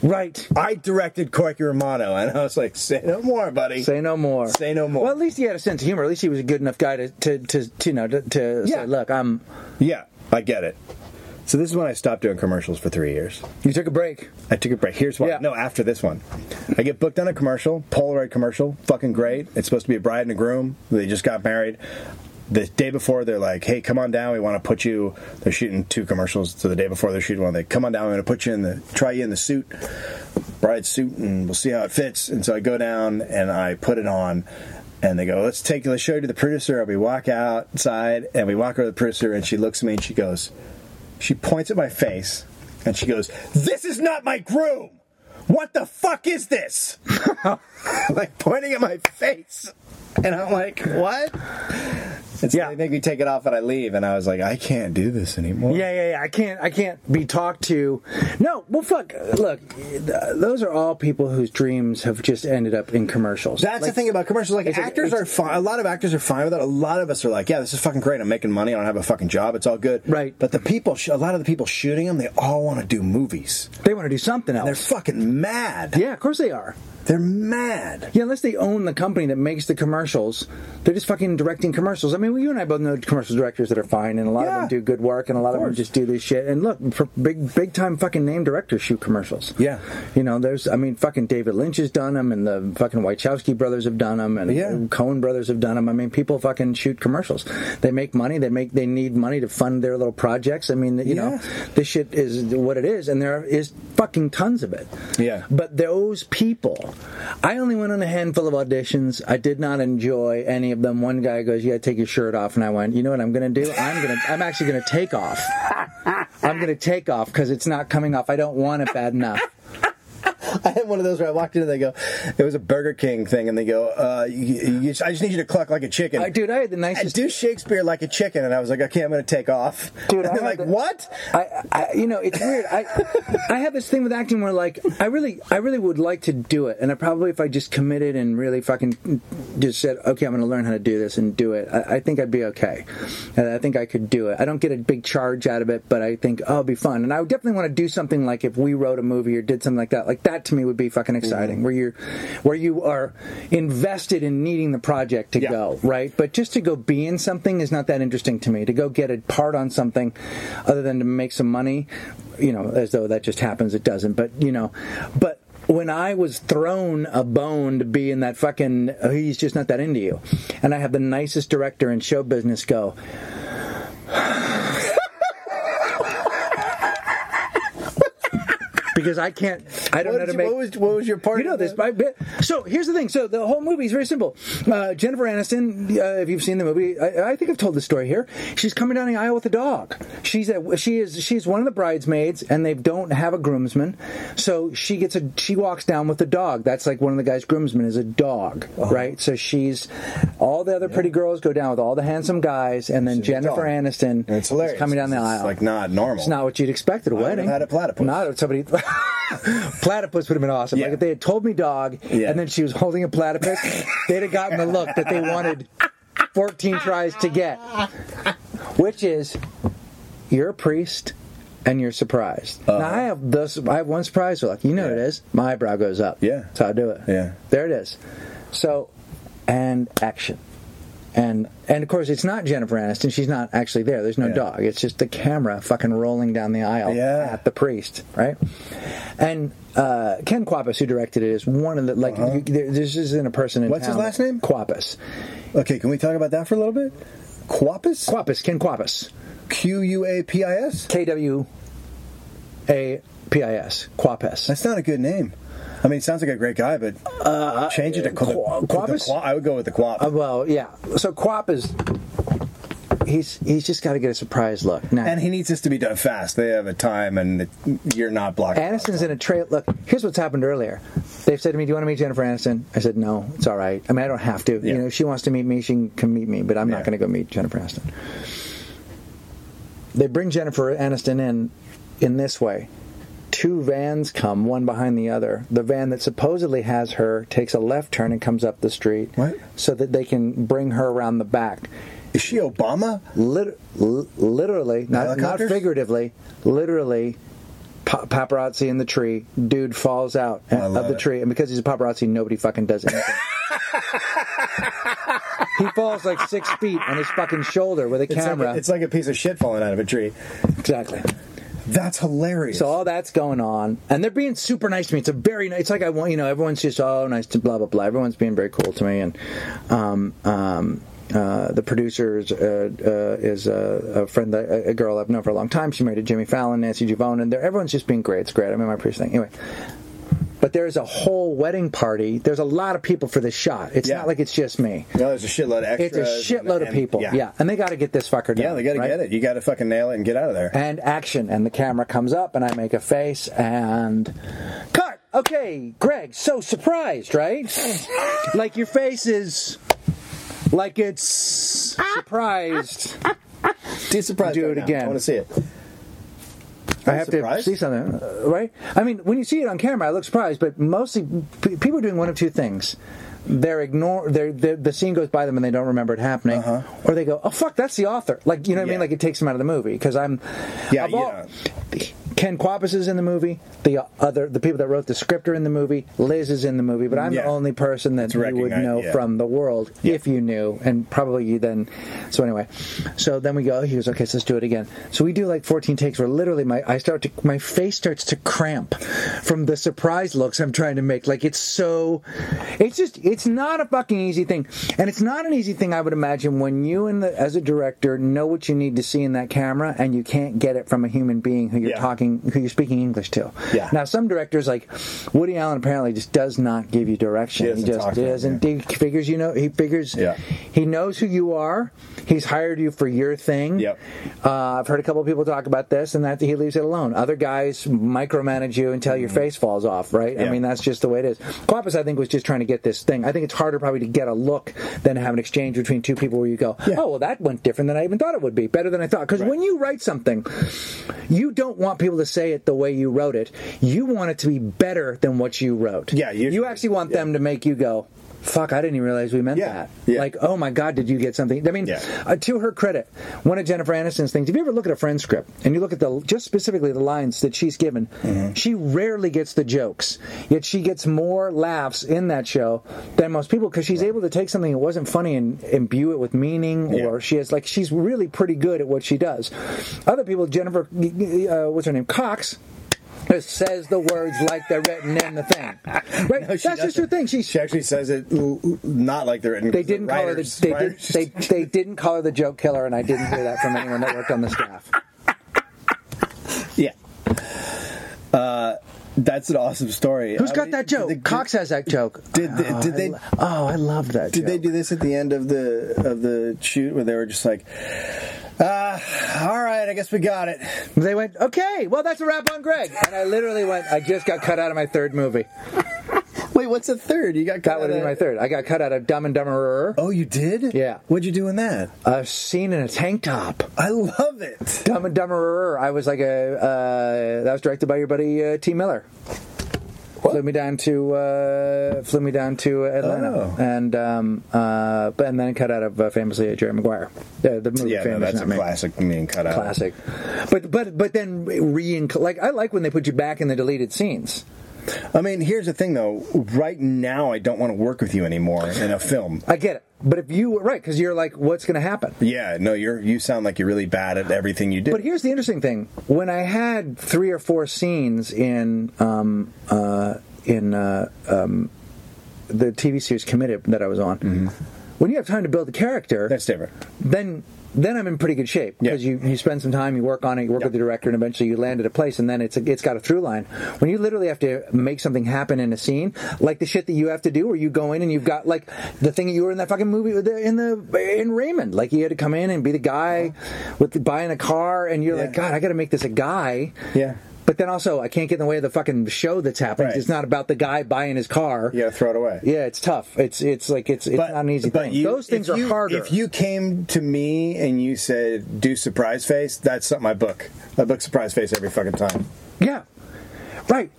Right.
I directed Corky Romano, and I was like, "Say no more, buddy."
Say no more.
Say no more.
Well, at least he had a sense of humor. At least he was a good enough guy to to, to, to you know to, to
Yeah.
say, look, I'm.
yeah, I get it. So this is when I stopped doing commercials for three years.
You took a break.
I took a break. Here's why.
Yeah.
No, after this one, I get booked on a commercial, Polaroid commercial, fucking great. It's supposed to be a bride and a groom. They just got married. The day before, they're like, "Hey, come on down. We want to put you." They're shooting two commercials. So the day before, they're shooting one. They come on down. We're going to put you in the try you in the suit, bride suit, and we'll see how it fits. And so I go down and I put it on. And they go, let's take, let's show you to the producer. And we walk outside and we walk over to the producer, and she looks at me and she goes, she points at my face and she goes, This is not my groom! What the fuck is this? like pointing at my face. And I'm like, What? And so
Yeah.
they make me take it off and I leave. And I was like, I can't do this anymore.
Yeah, yeah, yeah. I can't. I can't be talked to. No. Well, fuck. Look, th- those are all people whose dreams have just ended up in commercials.
That's the
Like,
thing about commercials. Like
It's like-
actors
it's-
are fine. A lot of actors are fine with it. A lot of us are like, yeah, this is fucking great. I'm making money. I don't have a fucking job. It's all good.
Right.
But the people, sh- a lot of the people shooting them, they all want to do movies.
They want to do something
They're
else.
fucking mad.
yeah, of course they are.
They're mad.
Yeah, unless they own the company that makes the commercials, they're just fucking directing commercials. I mean, you and I both know commercial directors that are fine, and a lot
Yeah.
of them do good work, and a lot of, them
course.
just do this shit. And look, for big, big time fucking name directors shoot commercials.
Yeah.
you know, there's, I mean, fucking David Lynch has done them, and the fucking Wachowski brothers have done them, and
Yeah.
Cohen brothers have done them. I mean, people fucking shoot commercials. They make money. They make, they need money to fund their little projects. I mean, you know,
Yeah.
this shit is what it is, and there is fucking tons of it.
Yeah.
But those people, I only went on a handful of auditions. I did not enjoy any of them. One guy goes, "Yeah, take your shirt off," and I went, "You know what I'm going to do? I'm going to, I'm actually going to take off. I'm going to take off because it's not coming off. I don't want it bad enough."
I had one of those where I walked in and they go, it was a Burger King thing, and they go, uh, you, you, I just need you to cluck like a chicken.
I, dude, I had the
I
nicest.
do Shakespeare like a chicken, and I was like, okay, I'm gonna take off.
Dude, I
and they're
had
like,
the-
what?
I, I, you know, it's weird. I, I have this thing with acting where, like, I really, I really would like to do it, and I probably, if I just committed and really fucking just said, okay, I'm going to learn how to do this and do it, I, I think I'd be okay, and I think I could do it. I don't get a big charge out of it, but I think oh, it'll be fun, and I would definitely want to do something like if we wrote a movie or did something like that. Like that to me would be fucking exciting, where you're, where you are invested in needing the project to
Yeah.
go, right? But just to go be in something is not that interesting to me. To go get a part on something other than to make some money, you know, as though that just happens, it doesn't. But, you know, but when I was thrown a bone to be in that fucking, oh, he's just not that into you. And I have the nicest director in show business go, because I can't, I
What,
don't know how
did
to
you-
make.
what was, what was your part?
You know
in
this,
the-
by bit. So here's the thing. So the whole movie is very simple. Uh, Jennifer Aniston, uh, if you've seen the movie, I, I think I've told this story here. She's coming down the aisle with a dog. She's a, she is she's one of the bridesmaids, and they don't have a groomsman, so she gets a she walks down with a dog. That's like one of the guys' groomsmen is a dog,
Oh.
right? So she's all the other pretty girls go down with all the handsome guys, and then
She's a
Jennifer
dog.
Aniston
And it's hilarious.
is coming down the
It's
aisle.
like not normal.
It's not what you'd expect at a
I would've
wedding.
had a platypus.
Not somebody. platypus would have been awesome.
Yeah.
Like if they had told me dog,
Yeah.
and then she was holding a platypus, they'd have gotten the look that they wanted 14 tries to get, which is you're a priest and you're surprised. Now I have this. I have one surprise look. You know what it
Uh-huh. Yeah.
is. My eyebrow goes up.
Yeah.
that's how I do it.
Yeah.
there it is. So, and action. And and of course it's not Jennifer Aniston. She's not actually there. There's no
Yeah.
dog. It's just the camera fucking rolling down the aisle
Yeah.
at the priest, right? And uh, Ken Quapis, who directed it, is one of the like. You, there, this isn't a person in
Uh-huh. What's his
town-
last name?
Quapis.
Okay, can we talk about that for a little bit? Quapis?
Quapis. Ken Quapis.
Q U A P I S?
K W A P I S. Quapis.
That's not a good name. I mean, it sounds like a great guy, but change it to Qua-
Uh, Qua-
to the
Quapis?
Qua- I would go with the Quap.
Uh, well, yeah. So Quap is he's he's just got to get a surprise look. Now,
And he needs this to be done fast. They have a time, and it, you're not blocking.
Aniston's in a trail. Look, here's what's happened earlier. They've said to me, "Do you want to meet Jennifer Aniston?" I said, "No, it's all right. I mean, I don't have to.
Yeah.
You know, if she wants to meet me, she can meet me, but I'm
Yeah.
not going to go meet Jennifer Aniston." They bring Jennifer Aniston in in this way. Two vans come, one behind the other. The van that supposedly has her takes a left turn and comes up the street,
What?
so that they can bring her around the back.
Is she Obama?
Lit- li- literally, not, not
Helicopters?
figuratively, literally, pa- paparazzi in the tree. Dude falls out
I
of
love
the
it.
tree, and because he's a paparazzi, nobody fucking does anything. he falls like six feet on his fucking shoulder with a
It's like,
camera.
a, it's like a piece of shit falling out of a tree.
exactly.
That's hilarious.
So all that's going on, and they're being super nice to me. It's a very nice. It's like I want you know everyone's just oh nice to blah blah blah. Everyone's being very cool to me, and um um. Uh, the producer is, uh, uh, is a, a friend, that, a, a girl I've known for a long time. She married to Jimmy Fallon, Nancy Giovanni, and they're- everyone's just being great. It's great. I mean, my priest thing. Anyway, but there's a whole wedding party. There's a lot of people for this shot. It's
Yeah.
not like it's just me.
no, there's a shitload of
It's
extras.
a shitload
and-
of people.
and-
yeah. and they got to get this fucker done.
Yeah, they got to
right?
get it. You got to fucking nail it and get out of there.
and action and the camera comes up and i make a face and cut okay greg so surprised right like your face is like it's surprised
Do surprise
Do
right
it
now.
again.
I want to see it.
i have
surprised?
to see something uh, right i mean when you see it on camera i look surprised but mostly p- people are doing one of two things they're ignore they're, they're, the scene goes by them and they don't remember it happening or they go oh fuck that's the author like you know what i
Uh-huh.
mean
Yeah.
like it takes them out of the movie because i'm
Yeah,
Of all-
yeah.
Ken Quapis is in the movie. The other, the people that wrote the script are in the movie. Liz is in the movie, but I'm
Yeah.
the only person that you would
recognized,
know
yeah.
from the world if you knew, and probably you then. So anyway, so then we go. He goes, okay, so let's do it again. So we do like 14 takes, where literally my I start to my face starts to cramp from the surprise looks I'm trying to make. Like it's so, it's just it's not a fucking easy thing, and it's not an easy thing I would imagine when you and the as a director know what you need to see in that camera, and you can't get it from a human being who you're
Yeah.
talking who you're speaking English to.
Yeah.
Now some directors like Woody Allen apparently just does not give you direction.
He
He,
doesn't
just
talk to you,
doesn't. He figures you know. He figures.
Yeah.
He knows who you are. He's hired you for your thing.
Yep.
Uh, I've heard a couple of people talk about this, and that he leaves it alone. Other guys micromanage you until your face falls off. Right. I
Mm-hmm. Yeah.
mean that's just the way it is. Quapis I think was just trying to get this thing. I think it's harder probably to get a look than to have an exchange between two people where you go, oh well that went different than I even thought it would be. Better than I thought. Because when you write something, you don't want people to say it the way you wrote it. You want it to be better than what you wrote.
Yeah,
you,
usually,
actually want
yeah.
them to make you go, "Fuck, I didn't even realize we meant
Yeah,
that."
yeah.
Like, "Oh my god, did you get something?" I mean,
Yeah.
uh, to her credit, one of Jennifer Aniston's things. If you ever look at a friend script and you look at the just specifically the lines that she's given,
Mm-hmm.
she rarely gets the jokes. Yet she gets more laughs in that show than most people because she's able to take something that wasn't funny and imbue it with meaning.
Yeah.
Or she has like she's really pretty good at what she does. Other people, Jennifer, uh, what's her name, Cox. Just says the words like they're written in the thing,
No,
right? That's
Oh, she
just her
doesn't.
thing. She's
She actually says it l- l- not like they're written.
they didn't call her the
writers,
they, did,
writers
they, they didn't call her the joke killer, and I didn't hear that from anyone that worked on the staff.
Yeah. Uh, that's an awesome story.
Who's
I
got
mean,
that joke?
Did, they-
Cox has that joke.
Did they-
oh,
did
I
they-
lo- oh, I love that.
did they
joke.
do this at the end of the of the shoot where they were just like, uh, all right, I guess we got it.
They went okay. Well, that's a wrap on Greg. And I literally went. I just got cut out of my third movie.
Wait, what's a third? You got
That
cut out
would have
of-
been my third. I got cut out of Dumb and Dumberer.
Oh, you did?
Yeah.
What'd you do in that?
A scene in a tank top.
I love it.
Dumb and Dumberer. I was like a. Uh, that was directed by your buddy uh, T. Miller. Flew me down to uh, flew me down to Atlanta,
Oh.
and um, uh, but- and then cut out of uh, famously uh, Jerry Maguire. The, the movie
Yeah, no,
famous,
that's
not
a
me.
classic. I mean, cut out.
Classic, but but but then re like I like when they put you back in the deleted scenes.
I mean, here's the thing though. Right now, I don't want to work with you anymore in a film.
I get it, but if you right because you're like, what's going to happen?
Yeah, no, you're you sound like you're really bad at everything you do.
But here's the interesting thing: when I had three or four scenes in um, uh, in uh, um, the TV series Committed that I was on, When you have time to build the character,
That's different.
then then I'm in pretty good shape
Yeah.
because you, you spend some time, you work on it, you work with the director, and eventually you land at a place, and then it's it's got a through line. When you literally have to make something happen in a scene, like the shit that you have to do, where you go in and you've got like the thing that you were in that fucking movie with the, in the in Raymond, like you had to come in and be the guy with the, buying a car, and you're like, God, I got to make this a guy.
Yeah.
But then also, I can't get in the way of the fucking show that's happening.
Right.
It's not about the guy buying his car.
You gotta throw it away.
Yeah, it's tough. It's it's like it's it's not an easy thing.
you-
Those things
if
are
you-
harder.
If you came to me and you said, "Do surprise face," that's something I book. I book surprise face every fucking time.
Yeah. Right.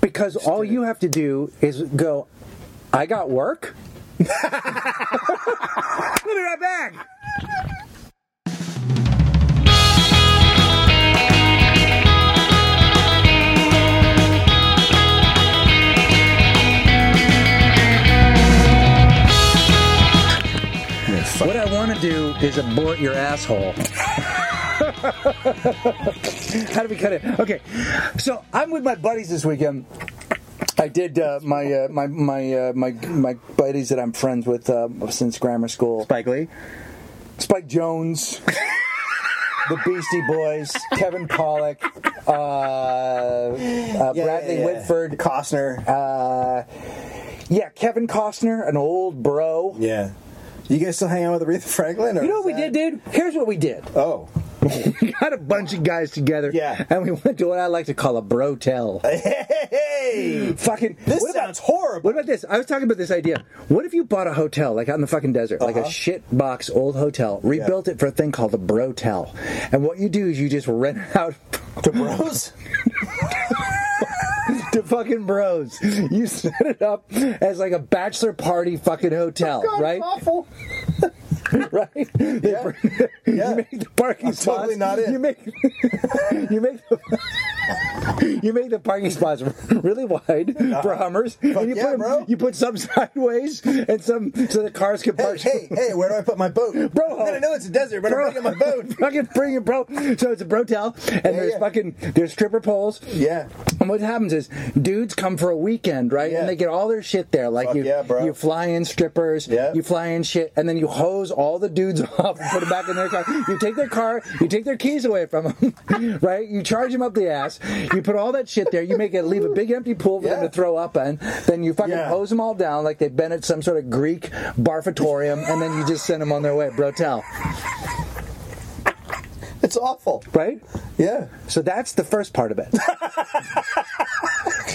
Because all you have to do is go, I got work. Let me right back. What I want to do is abort your asshole. How do we cut it? Okay, so I'm with my buddies this weekend. I did uh, my, uh, my my uh, my my buddies that I'm friends with uh, since grammar school.
Spike Lee.
Spike Jones, the Beastie Boys, Kevin Pollak, uh, uh, Bradley Whitford,
Costner.
uh, yeah, Kevin Costner, an old bro.
yeah. You guys still hang out with Aretha Franklin? Or
You know what we
is that-
did, dude? Here's what we did.
Oh,
We got a bunch of guys together,
Yeah.
and we went to what I like to call a brotel.
hey!
Fucking.
This
what about-
sounds horrible.
What about this? I was talking about this idea. What if you bought a hotel, like out in the fucking desert,
Uh-huh.
like a shit box old hotel, rebuilt it for a thing called a brotel, and what you do is you just rent it out
The bros?
to fucking bros. You set it up as like a bachelor party fucking hotel, right?
Awful.
Right? They
Yeah.
bring the-
Yeah.
You make the parking
I'm
spots.
totally not in.
You make you make the you make the parking spots really wide for Hummers, and you
yeah,
put 'em-
bro.
you put some sideways and some so the cars can
Hey,
park.
hey, hey, where do I put my boat?
Bro,
I know it's a desert, but I'm bringing my boat.
fucking bring your bro. So it's a brotel, and there's
yeah.
fucking there's stripper poles.
Yeah.
And what happens is dudes come for a weekend, right?
Yeah.
And they get all their shit there. Like
Fuck
you,
yeah, bro.
you fly in strippers,
Yeah.
you fly in shit, and then you hose all the dudes off and put them back in their car. You take their car, you take their keys away from them, right? You charge them up the ass. You put all that shit there. You make it leave a big empty pool for them
Yeah.
to throw up in. Then you fucking
Yeah.
hose them all down like they've been at some sort of Greek barfatorium, and then you just send them on their way, brotel,
It's awful.
right?
Yeah.
So that's the first part of it.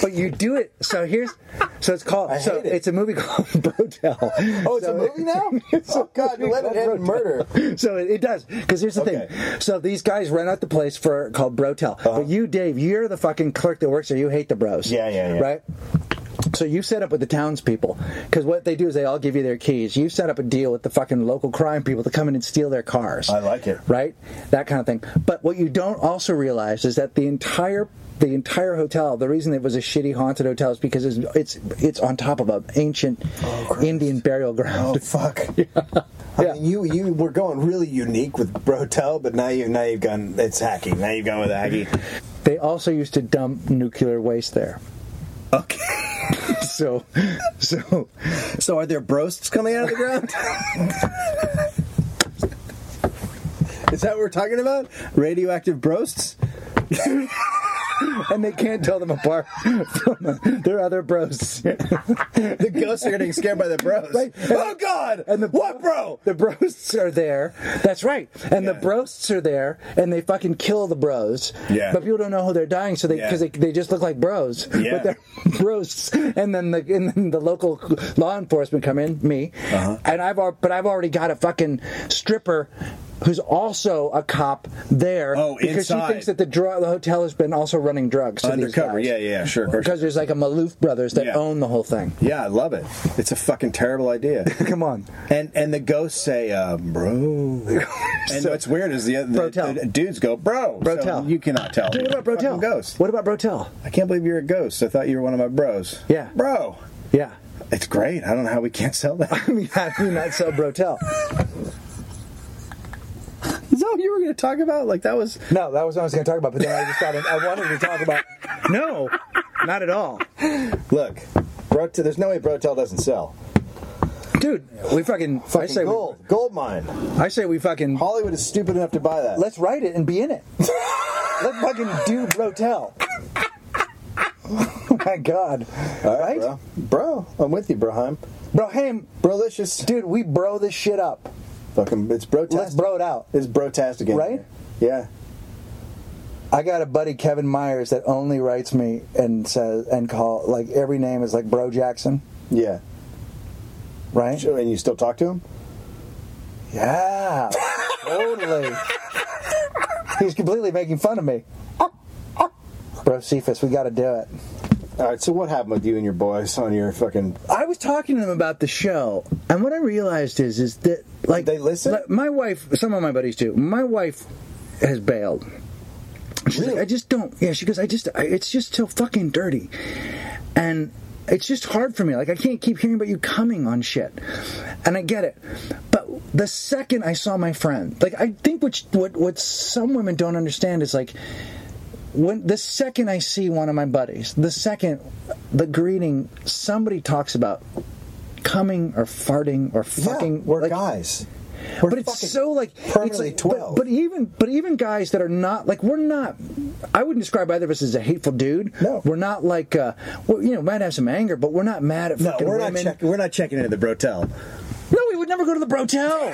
but you do it. So here's. So it's called.
I
so
hate it.
it's a movie called Brotel.
Oh, it's a movie now? oh, God,
movie
let it
called
end in murder.
So it, it does. Because here's the
Okay. Uh-huh.
thing. So these guys rent out the place for called Brotel. But you, Dave, you're the fucking clerk that works there. You hate the bros.
Yeah, yeah, yeah.
Right. So you set up with the townspeople because what they do is they all give you their keys. You set up a deal with the fucking local crime people to come in and steal their cars
I like it.
right? That kind of thing. But what you don't also realize is that the entire the entire hotel, the reason it was a shitty haunted hotel is because it's it's, it's on top of an ancient Indian burial
Oh
ground.
fuck! I
Yeah.
mean, you you were going really unique with Brotel, but now you now you've gone. It's hacky. Now you've gone with hacky.
They also used to dump nuclear waste there.
Okay.
So so
So are there broasts coming out of the ground? Is that what we're talking about? Radioactive broasts?
and they can't tell them apart from uh, their other bros.
The ghosts are getting scared by the bros.
Right.
Oh God!
And the-
what bro?
The broasts are there. That's right. And the
Yeah.
broasts are there, and they fucking kill the bros.
Yeah.
But people don't know who they're dying, so they
Yeah.
because they, they just look like bros.
Yeah.
But they're broasts. And then the and then the local law enforcement come in, me,
Uh-huh.
and I've al- but I've already got a fucking stripper. Who's also a cop there?
Oh,
because she
inside.
thinks that the, dr- the hotel has been also running drugs. to these
Undercover?
guys.
Yeah, yeah, sure. Of course.
Because there's like a Maloof brothers that
Yeah.
own the whole thing.
Yeah, I love it. It's a fucking terrible idea.
Come on.
And and the ghosts say, uh, bro. And what's weird is the, the,
Brotel.
the dudes go, bro. So
Brotel.
you cannot tell.
What about
Fucking
Brotel?
Ghost.
What about Brotel?
I can't believe you're a ghost. I thought you were one of my bros.
Yeah.
Bro.
Yeah.
It's great. I don't know how we can't sell that.
I mean, how do you not sell Brotel?
Is that what you were going to talk about? Like, that was.
No, that was what I was going to talk about, but then I just thought I wanted to talk about. No, not at all.
Look, Brotel, there's no way Brotel doesn't sell.
dude, we fucking. I
Fucking
say
gold, gold mine.
we. I say we fucking.
Hollywood is stupid enough to buy that.
Let's write it and be in it. Let's fucking do Rotel. oh my god,
All
right,
bro. Bro, I'm with you, Broheim.
bro? Hey,
Brolicious.
dude, we bro this shit up.
Fucking, it's brotastic.
Let's bro it out.
It's brotastic again.
Right?
Yeah.
I got a buddy Kevin Myers that only writes me and says and call like every name is like Bro Jackson,
Yeah.
right?
Sure, And you still talk to him?
Yeah, totally. He's completely making fun of me. Bro Cephas, we got to do it.
All right, so what happened with you and your boys on your fucking.
I was talking to them about the show, and what I realized is is that like
Did they listen?
like, My wife, some of my buddies do. My wife has bailed. She's like, I just don't. Yeah, she goes, I just, I, it's just so fucking dirty, and it's just hard for me. Like I can't keep hearing about you coming on shit, and I get it. But the second I saw my friend, like I think what what what some women don't understand is like when the second I see one of my buddies, the second the greeting somebody talks about coming or farting or fucking
yeah, we're
like,
guys. We're
but it's
fucking
so like it's
permanently
like, but-
12.
But, even but even guys that are not like we're not. I wouldn't describe either of us as a hateful dude.
No.
we're not like uh, we you know might have some anger, but we're not mad at
No,
fucking
we're not,
women.
check- we're not checking into the brotel.
no, we would never go to the brotel.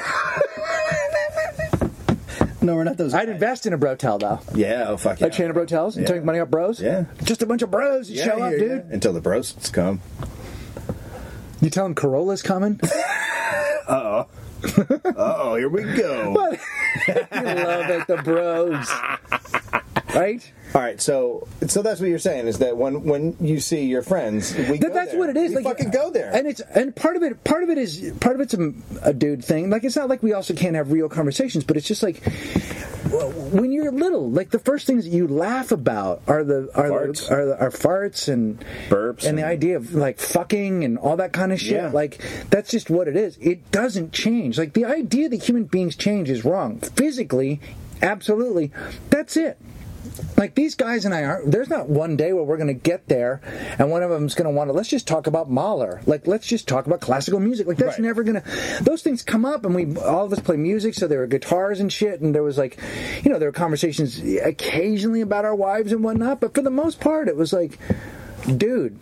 No, we're not those.
I'd invest in a brotel though.
yeah, oh, fuck yeah.
A chain of brotels and
Yeah.
take money off bros.
Yeah.
just a bunch of bros. that
Yeah,
show up,
yeah,
dude.
yeah. Until the broasts come.
You tell them Corolla's coming.
Oh, here we go.
But you love it, the bros. Right?
All right, so so that's what you're saying is that when when you see your friends, we go
That, that's
there.
what it is.
We fucking go there.
And it's and part of it part of it is part of it's a, a dude thing. Like it's not like we also can't have real conversations, but it's just like when you're little, like the first things that you laugh about are the are farts,
Farts.
the, are, the, are farts and
Burps
and the
and-
idea of like fucking and all that kind of shit.
Yeah.
Like that's just what it is. It doesn't change. Like the idea that human beings change is wrong physically. Absolutely, that's it. Like these guys and I aren't. There's not one day where we're going to get there, and one of them's going to want to. Let's just talk about Mahler. Like let's just talk about classical music. Like that's
Right.
never going to. Those things come up, and we all of us play music, so there were guitars and shit, and there was like, you know, there were conversations occasionally about our wives and whatnot. But for the most part, it was like, dude.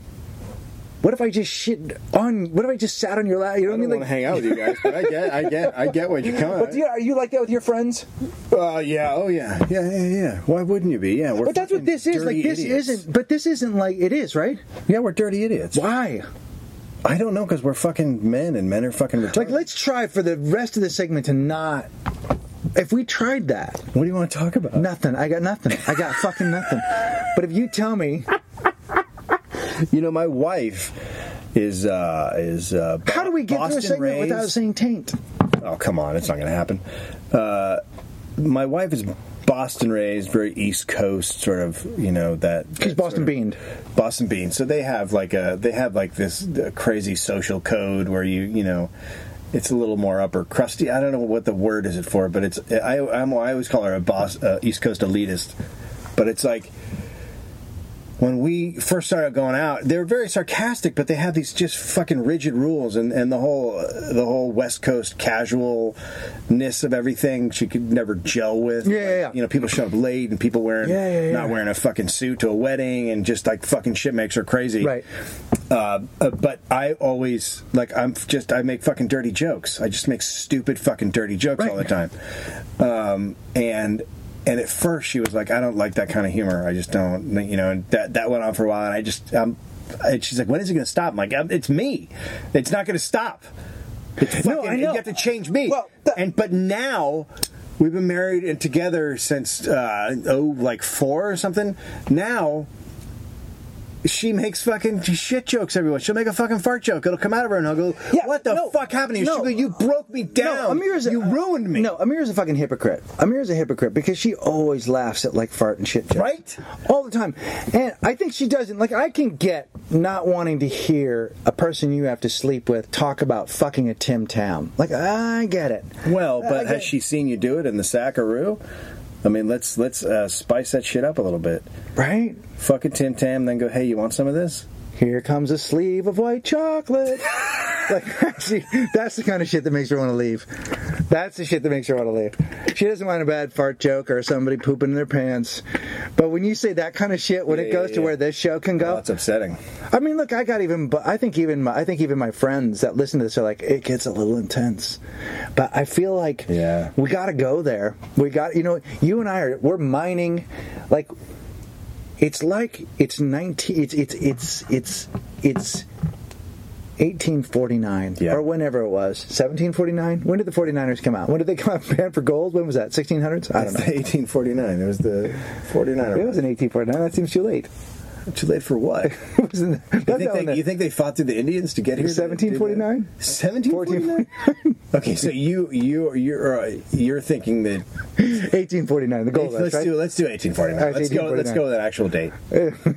What if I just shit on? What if I just sat on your lap? You know
I
what I
don't
mean?
want
Like,
to hang out with you guys, but I get, I get, I get what you're coming.
but do you, are you like that with your friends?
Uh, yeah, oh yeah, yeah, yeah, yeah. Why wouldn't you be? Yeah, we're
But that's
fucking
what this is. Like
dirty
this
idiots.
isn't. But this isn't like it is, right?
Yeah, we're dirty idiots.
Why?
I don't know because we're fucking men, and men are fucking retarded.
Like, let's try for the rest of the segment to not. If we tried that,
what do you want to talk about?
nothing. I got nothing. I got fucking nothing. But if you tell me,
You know, my wife is uh is uh Bo-
how do we get
Boston
through a segment
raised-
without saying taint?
oh come on it's not gonna happen uh my wife is boston raised very east coast sort of you know that
She's
that
Boston
sort of-
beaned.
boston bean so they have like a they have like this uh, crazy social code where you you know it's a little more upper crusty. I don't know what the word is it for, but it's I I'm, I always call her a boss, uh, East Coast elitist. But it's like when we first started going out, they were very sarcastic, but they had these just fucking rigid rules, and, and the whole uh, the whole West Coast casualness of everything she could never gel with.
Yeah, yeah,
Like,
yeah.
You know, people show up late and people wearing
Yeah, yeah, yeah.
not wearing a fucking suit to a wedding, and just like fucking shit makes her crazy.
Right.
Uh, uh, but I always like I'm f- just I make fucking dirty jokes. I just make stupid fucking dirty jokes all the time. Um, and and at first she was like, I don't like that kind of humor. I just don't, you know. And that that went on for a while. And I just um, and she's like, when is it going to stop? I'm like, "Um, it's me. It's not going to stop. It's fucking.
I know.
You have to change me.
Well, the-
and but now. We've been married and together since uh, oh like four or something. Now she makes fucking shit jokes everyone. She'll make a fucking fart joke. It'll come out of her and I'll go,
Yeah,
What the
no,
fuck happened to you?
no.
She'll go, You broke me down.
No, Amir's a,
you ruined me.
No, Amir's a fucking hypocrite. Amir's a hypocrite because she always laughs at like fart and shit jokes.
Right?
All the time. And I think she doesn't like I can get not wanting to hear a person you have to sleep with talk about fucking a Tim Tam. Like I get it.
Well,
Uh, I
but
get-
has she seen you do it in the Sackaroo? I mean, let's let's uh, spice that shit up a little bit.
Right?
Fucking Tim Tam, then go, Hey, you want some of this?
Here comes a sleeve of white chocolate. Like, actually, that's the kind of shit that makes her want to leave. That's the shit that makes her want to leave. She doesn't want a bad fart joke or somebody pooping in their pants. But when you say that kind of shit, when it
Yeah,
goes
yeah,
to
yeah.
where this show can go,
Oh, it's upsetting.
I mean, look, I got even. But I think even my, I think even my friends that listen to this are like, it gets a little intense. But I feel like
Yeah.
we got to go there. We got you know, you and I are we're mining, like it's like it's nineteen. It's it's it's it's it's. 1849
Yeah.
or whenever it was 1749 when did the 49ers come out when did they come out banned for gold when was that 1600s i don't
It's
know
the 1849. It was the 49.
it was in 1849 that seems too late
too late for what?
it was in the,
You
that's not
think,
when
they,
the-
you think they fought through the Indians to get here?
1749?
1749. Okay, so you you you're uh, you're thinking that
1849 the gold
let's,
rush, right?
do let's do 1849.
All right,
let's go let's
1849.
go with that actual date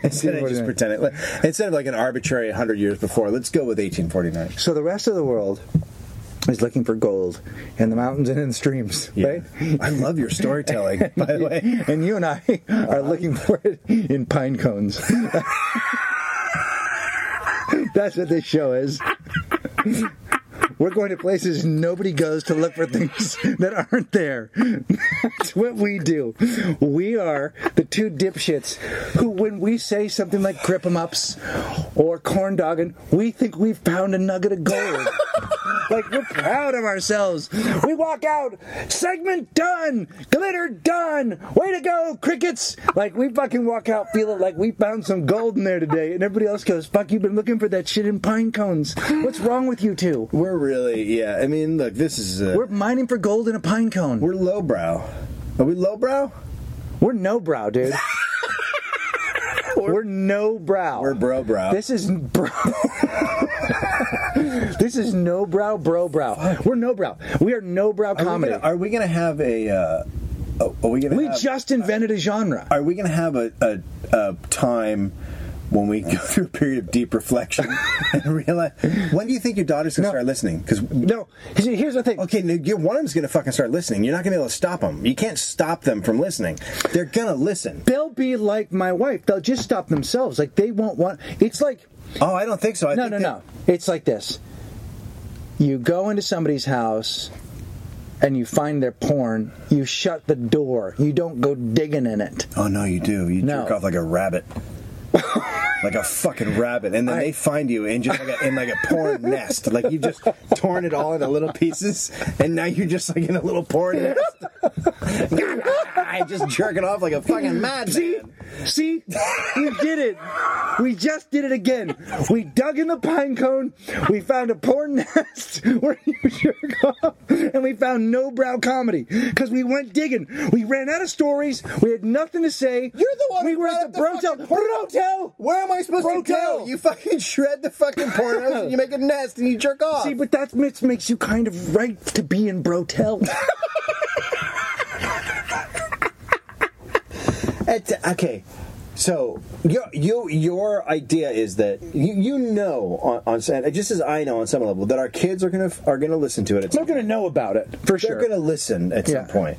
instead of just
1849.
pretending. Let- Instead of like an arbitrary 100 years before, let's go with 1849.
So the rest of the world is looking for gold in the mountains and in the streams, right?
I love your storytelling, by the way.
And you and I are looking for it in pine cones. That's what this show is. We're going to places nobody goes to look for things that aren't there. That's what we do. We are the two dipshits who, when we say something like grip 'em ups or corn dogging, we think we've found a nugget of gold. like we're proud of ourselves. We walk out, segment done, glitter done, way to go, crickets. Like we fucking walk out feeling like we found some gold in there today, and everybody else goes, "Fuck, you've been looking for that shit in pine cones. What's wrong with you two?
We're really yeah. I mean, look, this is uh,
We're mining for gold in a pine cone. We're,
we're lowbrow. Are we lowbrow?
we're no brow, dude." We're no brow.
We're bro brow.
This is bro. this is no brow, bro brow. We're no brow. We are no brow
are, we
comedy.
gonna, are we gonna have a? Uh, oh, are we gonna?
We
have,
just invented a genre.
Are we gonna have a, a, a time when we go through a period of deep reflection and realize? When do you think your daughter's gonna
No.
start listening? Because
No, see, here's the thing.
Okay, now you- one of them's gonna fucking start listening. You're not gonna be able to stop them. You can't stop them from listening. They're gonna listen.
They'll be like my wife. They'll just stop themselves. Like they won't want. It's like
Oh, I don't think so. I
no,
think
no,
they-
no. It's like this. You go into somebody's house and you find their porn. You shut the door. You don't go digging in it.
Oh no, you do. You
No.
jerk off like a rabbit. like a fucking rabbit, and then they find you in just like a, in like a porn nest. Like you just torn it all into little pieces, and now you're just like in a little porn nest. I just jerking off like a fucking
See,
madman.
see, we did it. We just did it again. We dug in the pine cone. We found a porn nest where you jerk off, and we found no brow comedy because we went digging. We ran out of stories. We had nothing to say.
You're the one
We
who
were
brought
at
up the
the
fucking
brotel.
porn-
Brotel.
Where am I supposed to
Brotel.
go? You fucking shred the fucking porn nest, and you make a nest, and you jerk off.
See, but that makes makes you kind of right to be in brotel.
It's, okay, so your you, your idea is that you, you know on, on just as I know on some level that our kids are gonna are gonna listen to it. At some
They're gonna know about it for
They're
sure.
gonna listen at
Yeah.
some point.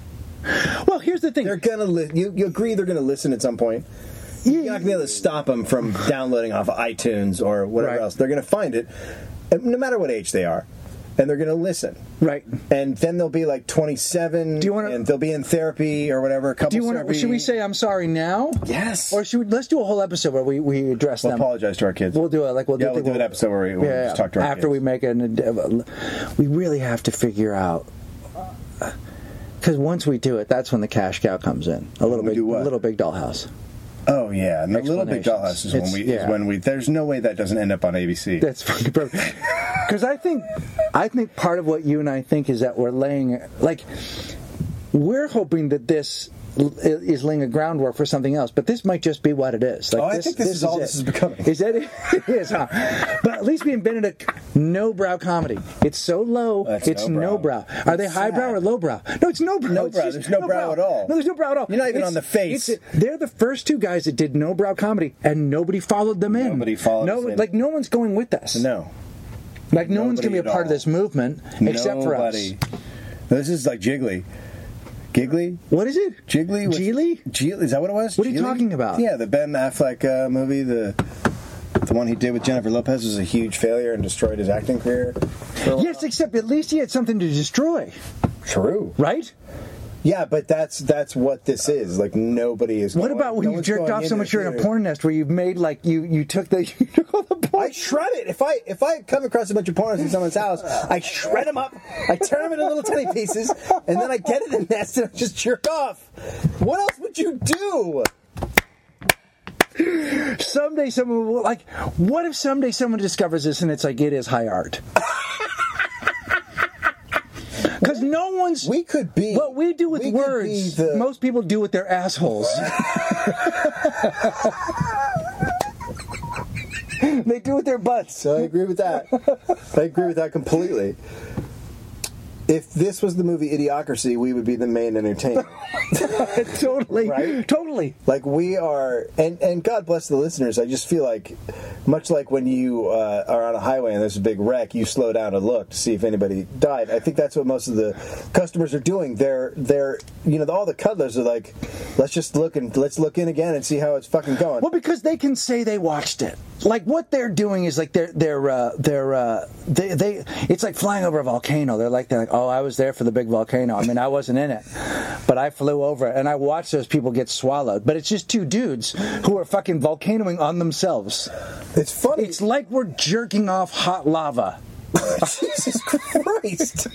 well, here's the thing.
They're gonna li- you, you agree they're gonna listen at some point. You're not gonna be able to stop them from downloading off of iTunes or whatever
Right.
else. They're gonna find it, and no matter what age they are, and they're gonna listen.
Right.
And then they'll be like 27,
Do you wanna-
and they'll be in therapy or whatever. Couple
Do you want
therapy.
to? Should we say I'm sorry now?
yes?
Or should we, let's do a whole episode where we, we address
we'll
them.
apologize to our kids.
We'll do it like we'll
Yeah,
do,
we'll do an episode where we- where we just talk to our
after
kids.
we make an. We really have to figure out because once we do it, that's when the cash cow comes in. A little
we
big,
do what?
little big dollhouse.
oh yeah, and the little big dollhouse is when
Explanations.
we
It's-
is
yeah.
when we. There's no way that doesn't end up on ABC.
That's fucking perfect. Because I think, I think part of what you and I think is that we're laying like we're hoping that this l- is laying a groundwork for something else, but this might just be what it is. Like
Oh, I think this is all
it.
this is becoming.
Is that it? it is, huh? But at least we invented a no brow comedy. It's so low,
That's
it's no
no-brow.
brow. Are they
It's
high brow
sad.
or low brow? No, it's no brow.
No
It's
brow.
just
There's no brow at all.
No, there's no brow at all.
You're not even on the face.
it's- They're the first two guys that did no brow comedy, and nobody followed them in.
Nobody followed
No,
us in.
like no one's going with us.
No,
Like no one's gonna be
Nobody
a
at
part of
all.
this movement except for us.
Nobody. This is like Jiggly, Giggly.
What is it?
Jiggly? Was,
Geely?
Geely? Is that what it was?
What are you
Geely?
talking about?
Yeah, the Ben Affleck uh, movie, the, the The one he did with Jennifer Lopez was a huge failure and destroyed his acting career.
Yes, except at least he had something to destroy,
True.
right?
Yeah, but that's that's what this is. Like nobody is.
What
going-
about when
no
you
one's
jerked
going
off so
into
much
the
you're in a
theater.
porn nest where you've made like you you took the you took all the porn.
I shred it. If I if I come across a bunch of pornos in someone's house, I shred them up. I turn them into little tiny pieces, and then I get in the nest and I just jerk off. What else would you do?
Someday someone will like. What if someday someone discovers this and it's like it is high art? Because no one's
We could be.
what we do with
we could
words.
be the-
Most people do with their assholes. they do with their butts.
So I agree with that. I agree with that completely. If this was the movie Idiocracy, we would be the main entertainer.
totally,
Right?
totally.
Like we are, and and God bless the listeners. I just feel like, much like when you uh, are on a highway and there's a big wreck, you slow down and look to see if anybody died. I think that's what most of the customers are doing. They're they're you know all the cuddlers are like, let's just look and let's look in again and see how it's fucking going.
Well, because they can say they watched it. Like what they're doing is like they're they're uh, they're uh, they they. It's like flying over a volcano. They're like they're like, oh, I was there for the big volcano. I mean, I wasn't in it, but I flew over it and I watched those people get swallowed. But it's just two dudes who are fucking volcanoing on themselves.
It's funny.
It's like we're jerking off hot lava.
Jesus Christ.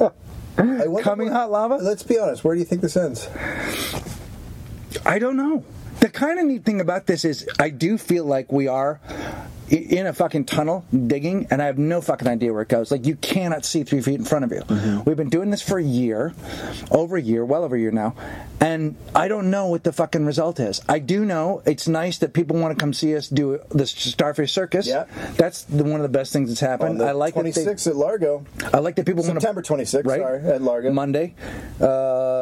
I wonder
Coming
where-
hot lava?
Let's be honest. Where do you think this ends?
I don't know. The kind of neat thing about this is I do feel like we are i- in a fucking tunnel digging, and I have no fucking idea where it goes. Like you cannot see three feet in front of you.
Mm-hmm.
We've been doing this for a year, over a year, well over a year now, and I don't know what the fucking result is. I do know it's nice that people want to come see us do this Starfish Circus.
Yeah.
that's the, one of the best things that's
On
happened.
the
I like that they
26 at Largo.
I like that people want
September 26th, sorry, at Largo.
Monday. Uh,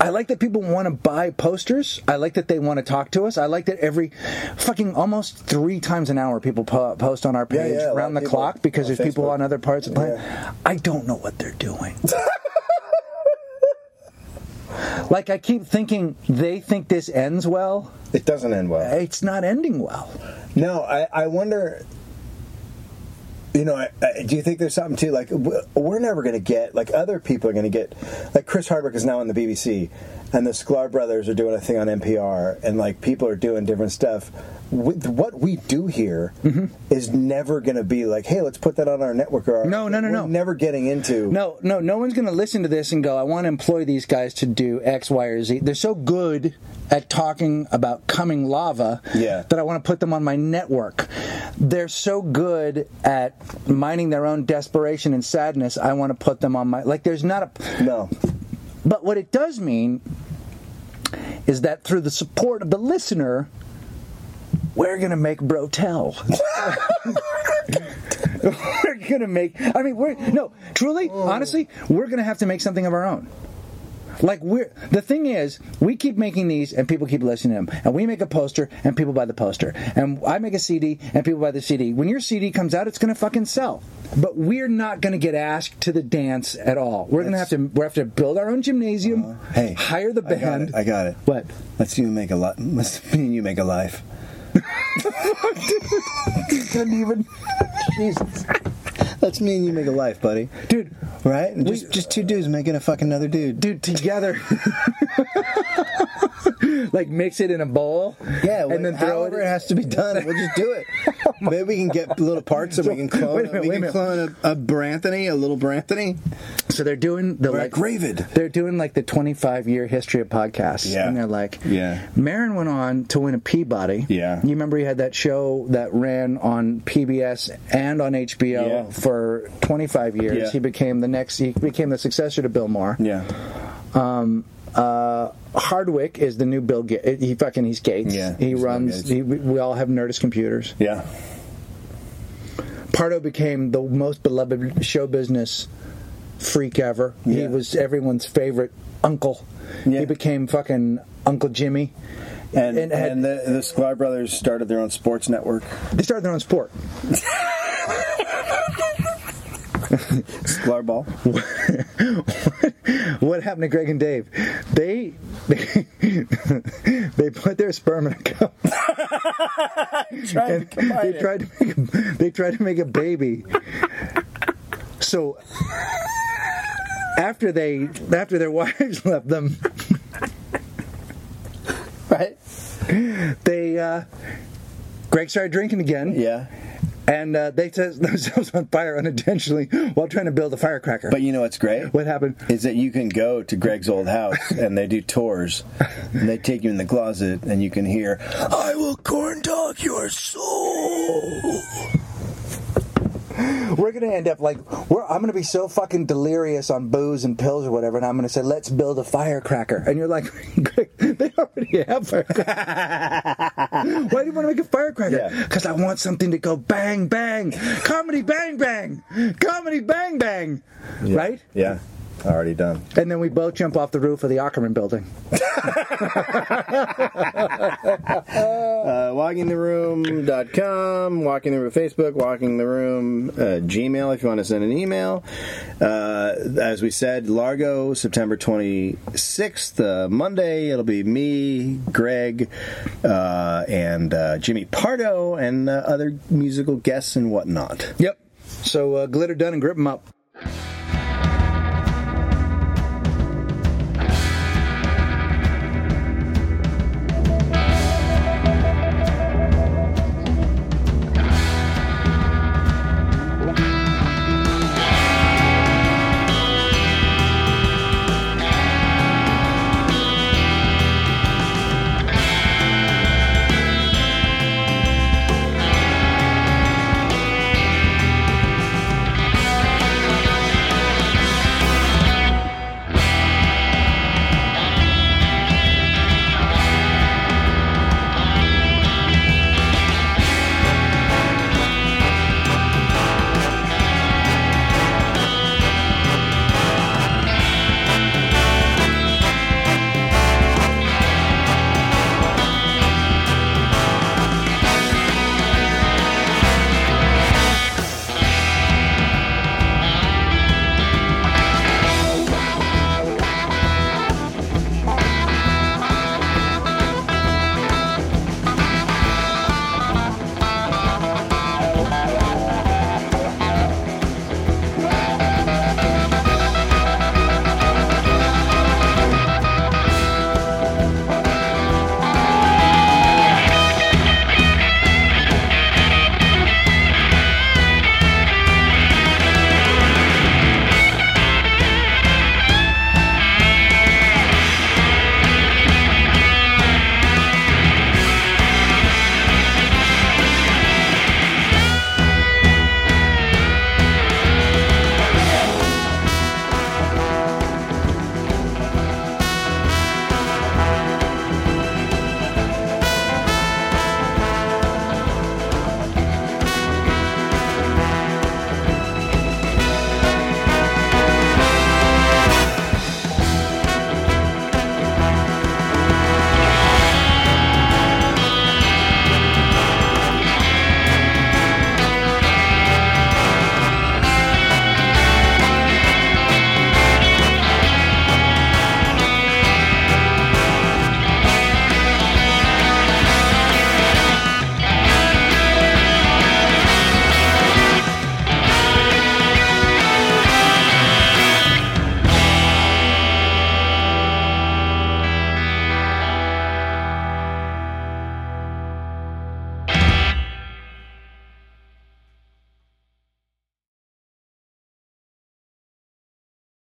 I like that people want to buy posters. I like that they want to talk to us. I like that every fucking almost three times an hour people po- post on our
Yeah,
page
yeah, a lot
around
of
the
people
clock because
on
there's people
Facebook.
on other parts of the planet. I don't know what they're doing. like I keep thinking they think this ends well.
It doesn't end well.
It's not ending well.
No, I, I wonder. You know, I, I, do you think there's something too? Like, w- we're never going to get like other people are going to get like Chris Hardwick is now on the BBC, and the Sklar brothers are doing a thing on NPR, and like people are doing different stuff. With, what we do here is never going to be like, hey, let's put that on our network or our,
No, no, no,
We're
no.
never getting into
No, no, no one's going to listen to this and go, I want to employ these guys to do X, Y, or Z. They're so good at talking about coming lava
Yeah.
that I want to put them on my network. They're so good at mining their own desperation and sadness. I want to put them on my. Like, there's not a.
no.
But what it does mean is that through the support of the listener, we're gonna make Brotel. we're gonna make. I mean, we're no, truly, honestly, we're gonna have to make something of our own. Like we're the thing is, we keep making these and people keep listening to them, and we make a poster and people buy the poster, and I make a CD and people buy the CD. When your CD comes out, it's gonna fucking sell. But we're not gonna get asked to the dance at all. We're gonna have to we have to build our own gymnasium,
Uh-huh. Hey,
hire the
I got
band.
it, I got it.
What?
Let's you make a lot. Let's me and you make a life.
Couldn't even. Jesus.
Let's me and you make a life, buddy.
Dude,
Right? And just just two dudes making a fucking other dude.
dude, together. like mix it in a bowl.
Yeah,
and then throw it.
however it, has to be done. We'll just do it. Maybe we can get little parts and we can clone.
Wait a minute,
we
wait a
can
minute.
clone a, a Branthony, a little Branthony.
So they're doing the
Or a
like
Gravid.
They're doing like the 25 year history of podcasts.
Yeah.
And they're like,
Yeah.
Marin went on to win a Peabody.
Yeah.
You remember he had that show that ran on PBS and on HBO
Yeah.
for 25 years.
Yeah.
He became the next, he became the successor to Bill Maher.
Yeah,
Um, uh, Hardwick is the new Bill Gates. He fucking he's Gates.
Yeah,
he
he's Bill
runs.
Gates.
He, we we all have Nerdist computers.
yeah.
Pardo became the most beloved show business freak ever. He
Yeah.
was everyone's favorite uncle.
Yeah.
He became fucking Uncle Jimmy.
And
And
and,
had-
the, the Sklar brothers started their own sports network.
They started their own sport.
Sklar Ball.
What what happened to Greg and Dave. They they, they put their sperm in a cup. and they tried to make a, they tried to make a baby. So after they after their wives left them,
Right?
they uh, Greg started drinking again.
Yeah.
and uh, they set themselves on fire unintentionally while trying to build a firecracker.
But you know what's great?
what happened?
Is that you can go to Greg's old house and they do tours. And they take you in the closet and you can hear, I will corn dog your soul.
We're gonna end up like we're, I'm gonna be so fucking delirious on booze and pills or whatever, and I'm gonna say, "Let's build a firecracker," and you're like, Greg, "They already have firecrackers. Why do you want to make a firecracker?
Yeah.
Because I want something to go bang bang, comedy bang bang, comedy bang bang, right?"
Yeah. Already done.
And then we both jump off the roof of the Ackerman building.
Uh, walkingtheroom.com, walking the room Facebook, walking the room uh, Gmail if you want to send an email. Uh, as we said, Largo September 26th, uh, Monday. It'll be me, Greg, uh, and uh, Jimmy Pardo, and uh, other musical guests and whatnot.
Yep. So uh, glitter done and grip 'em up.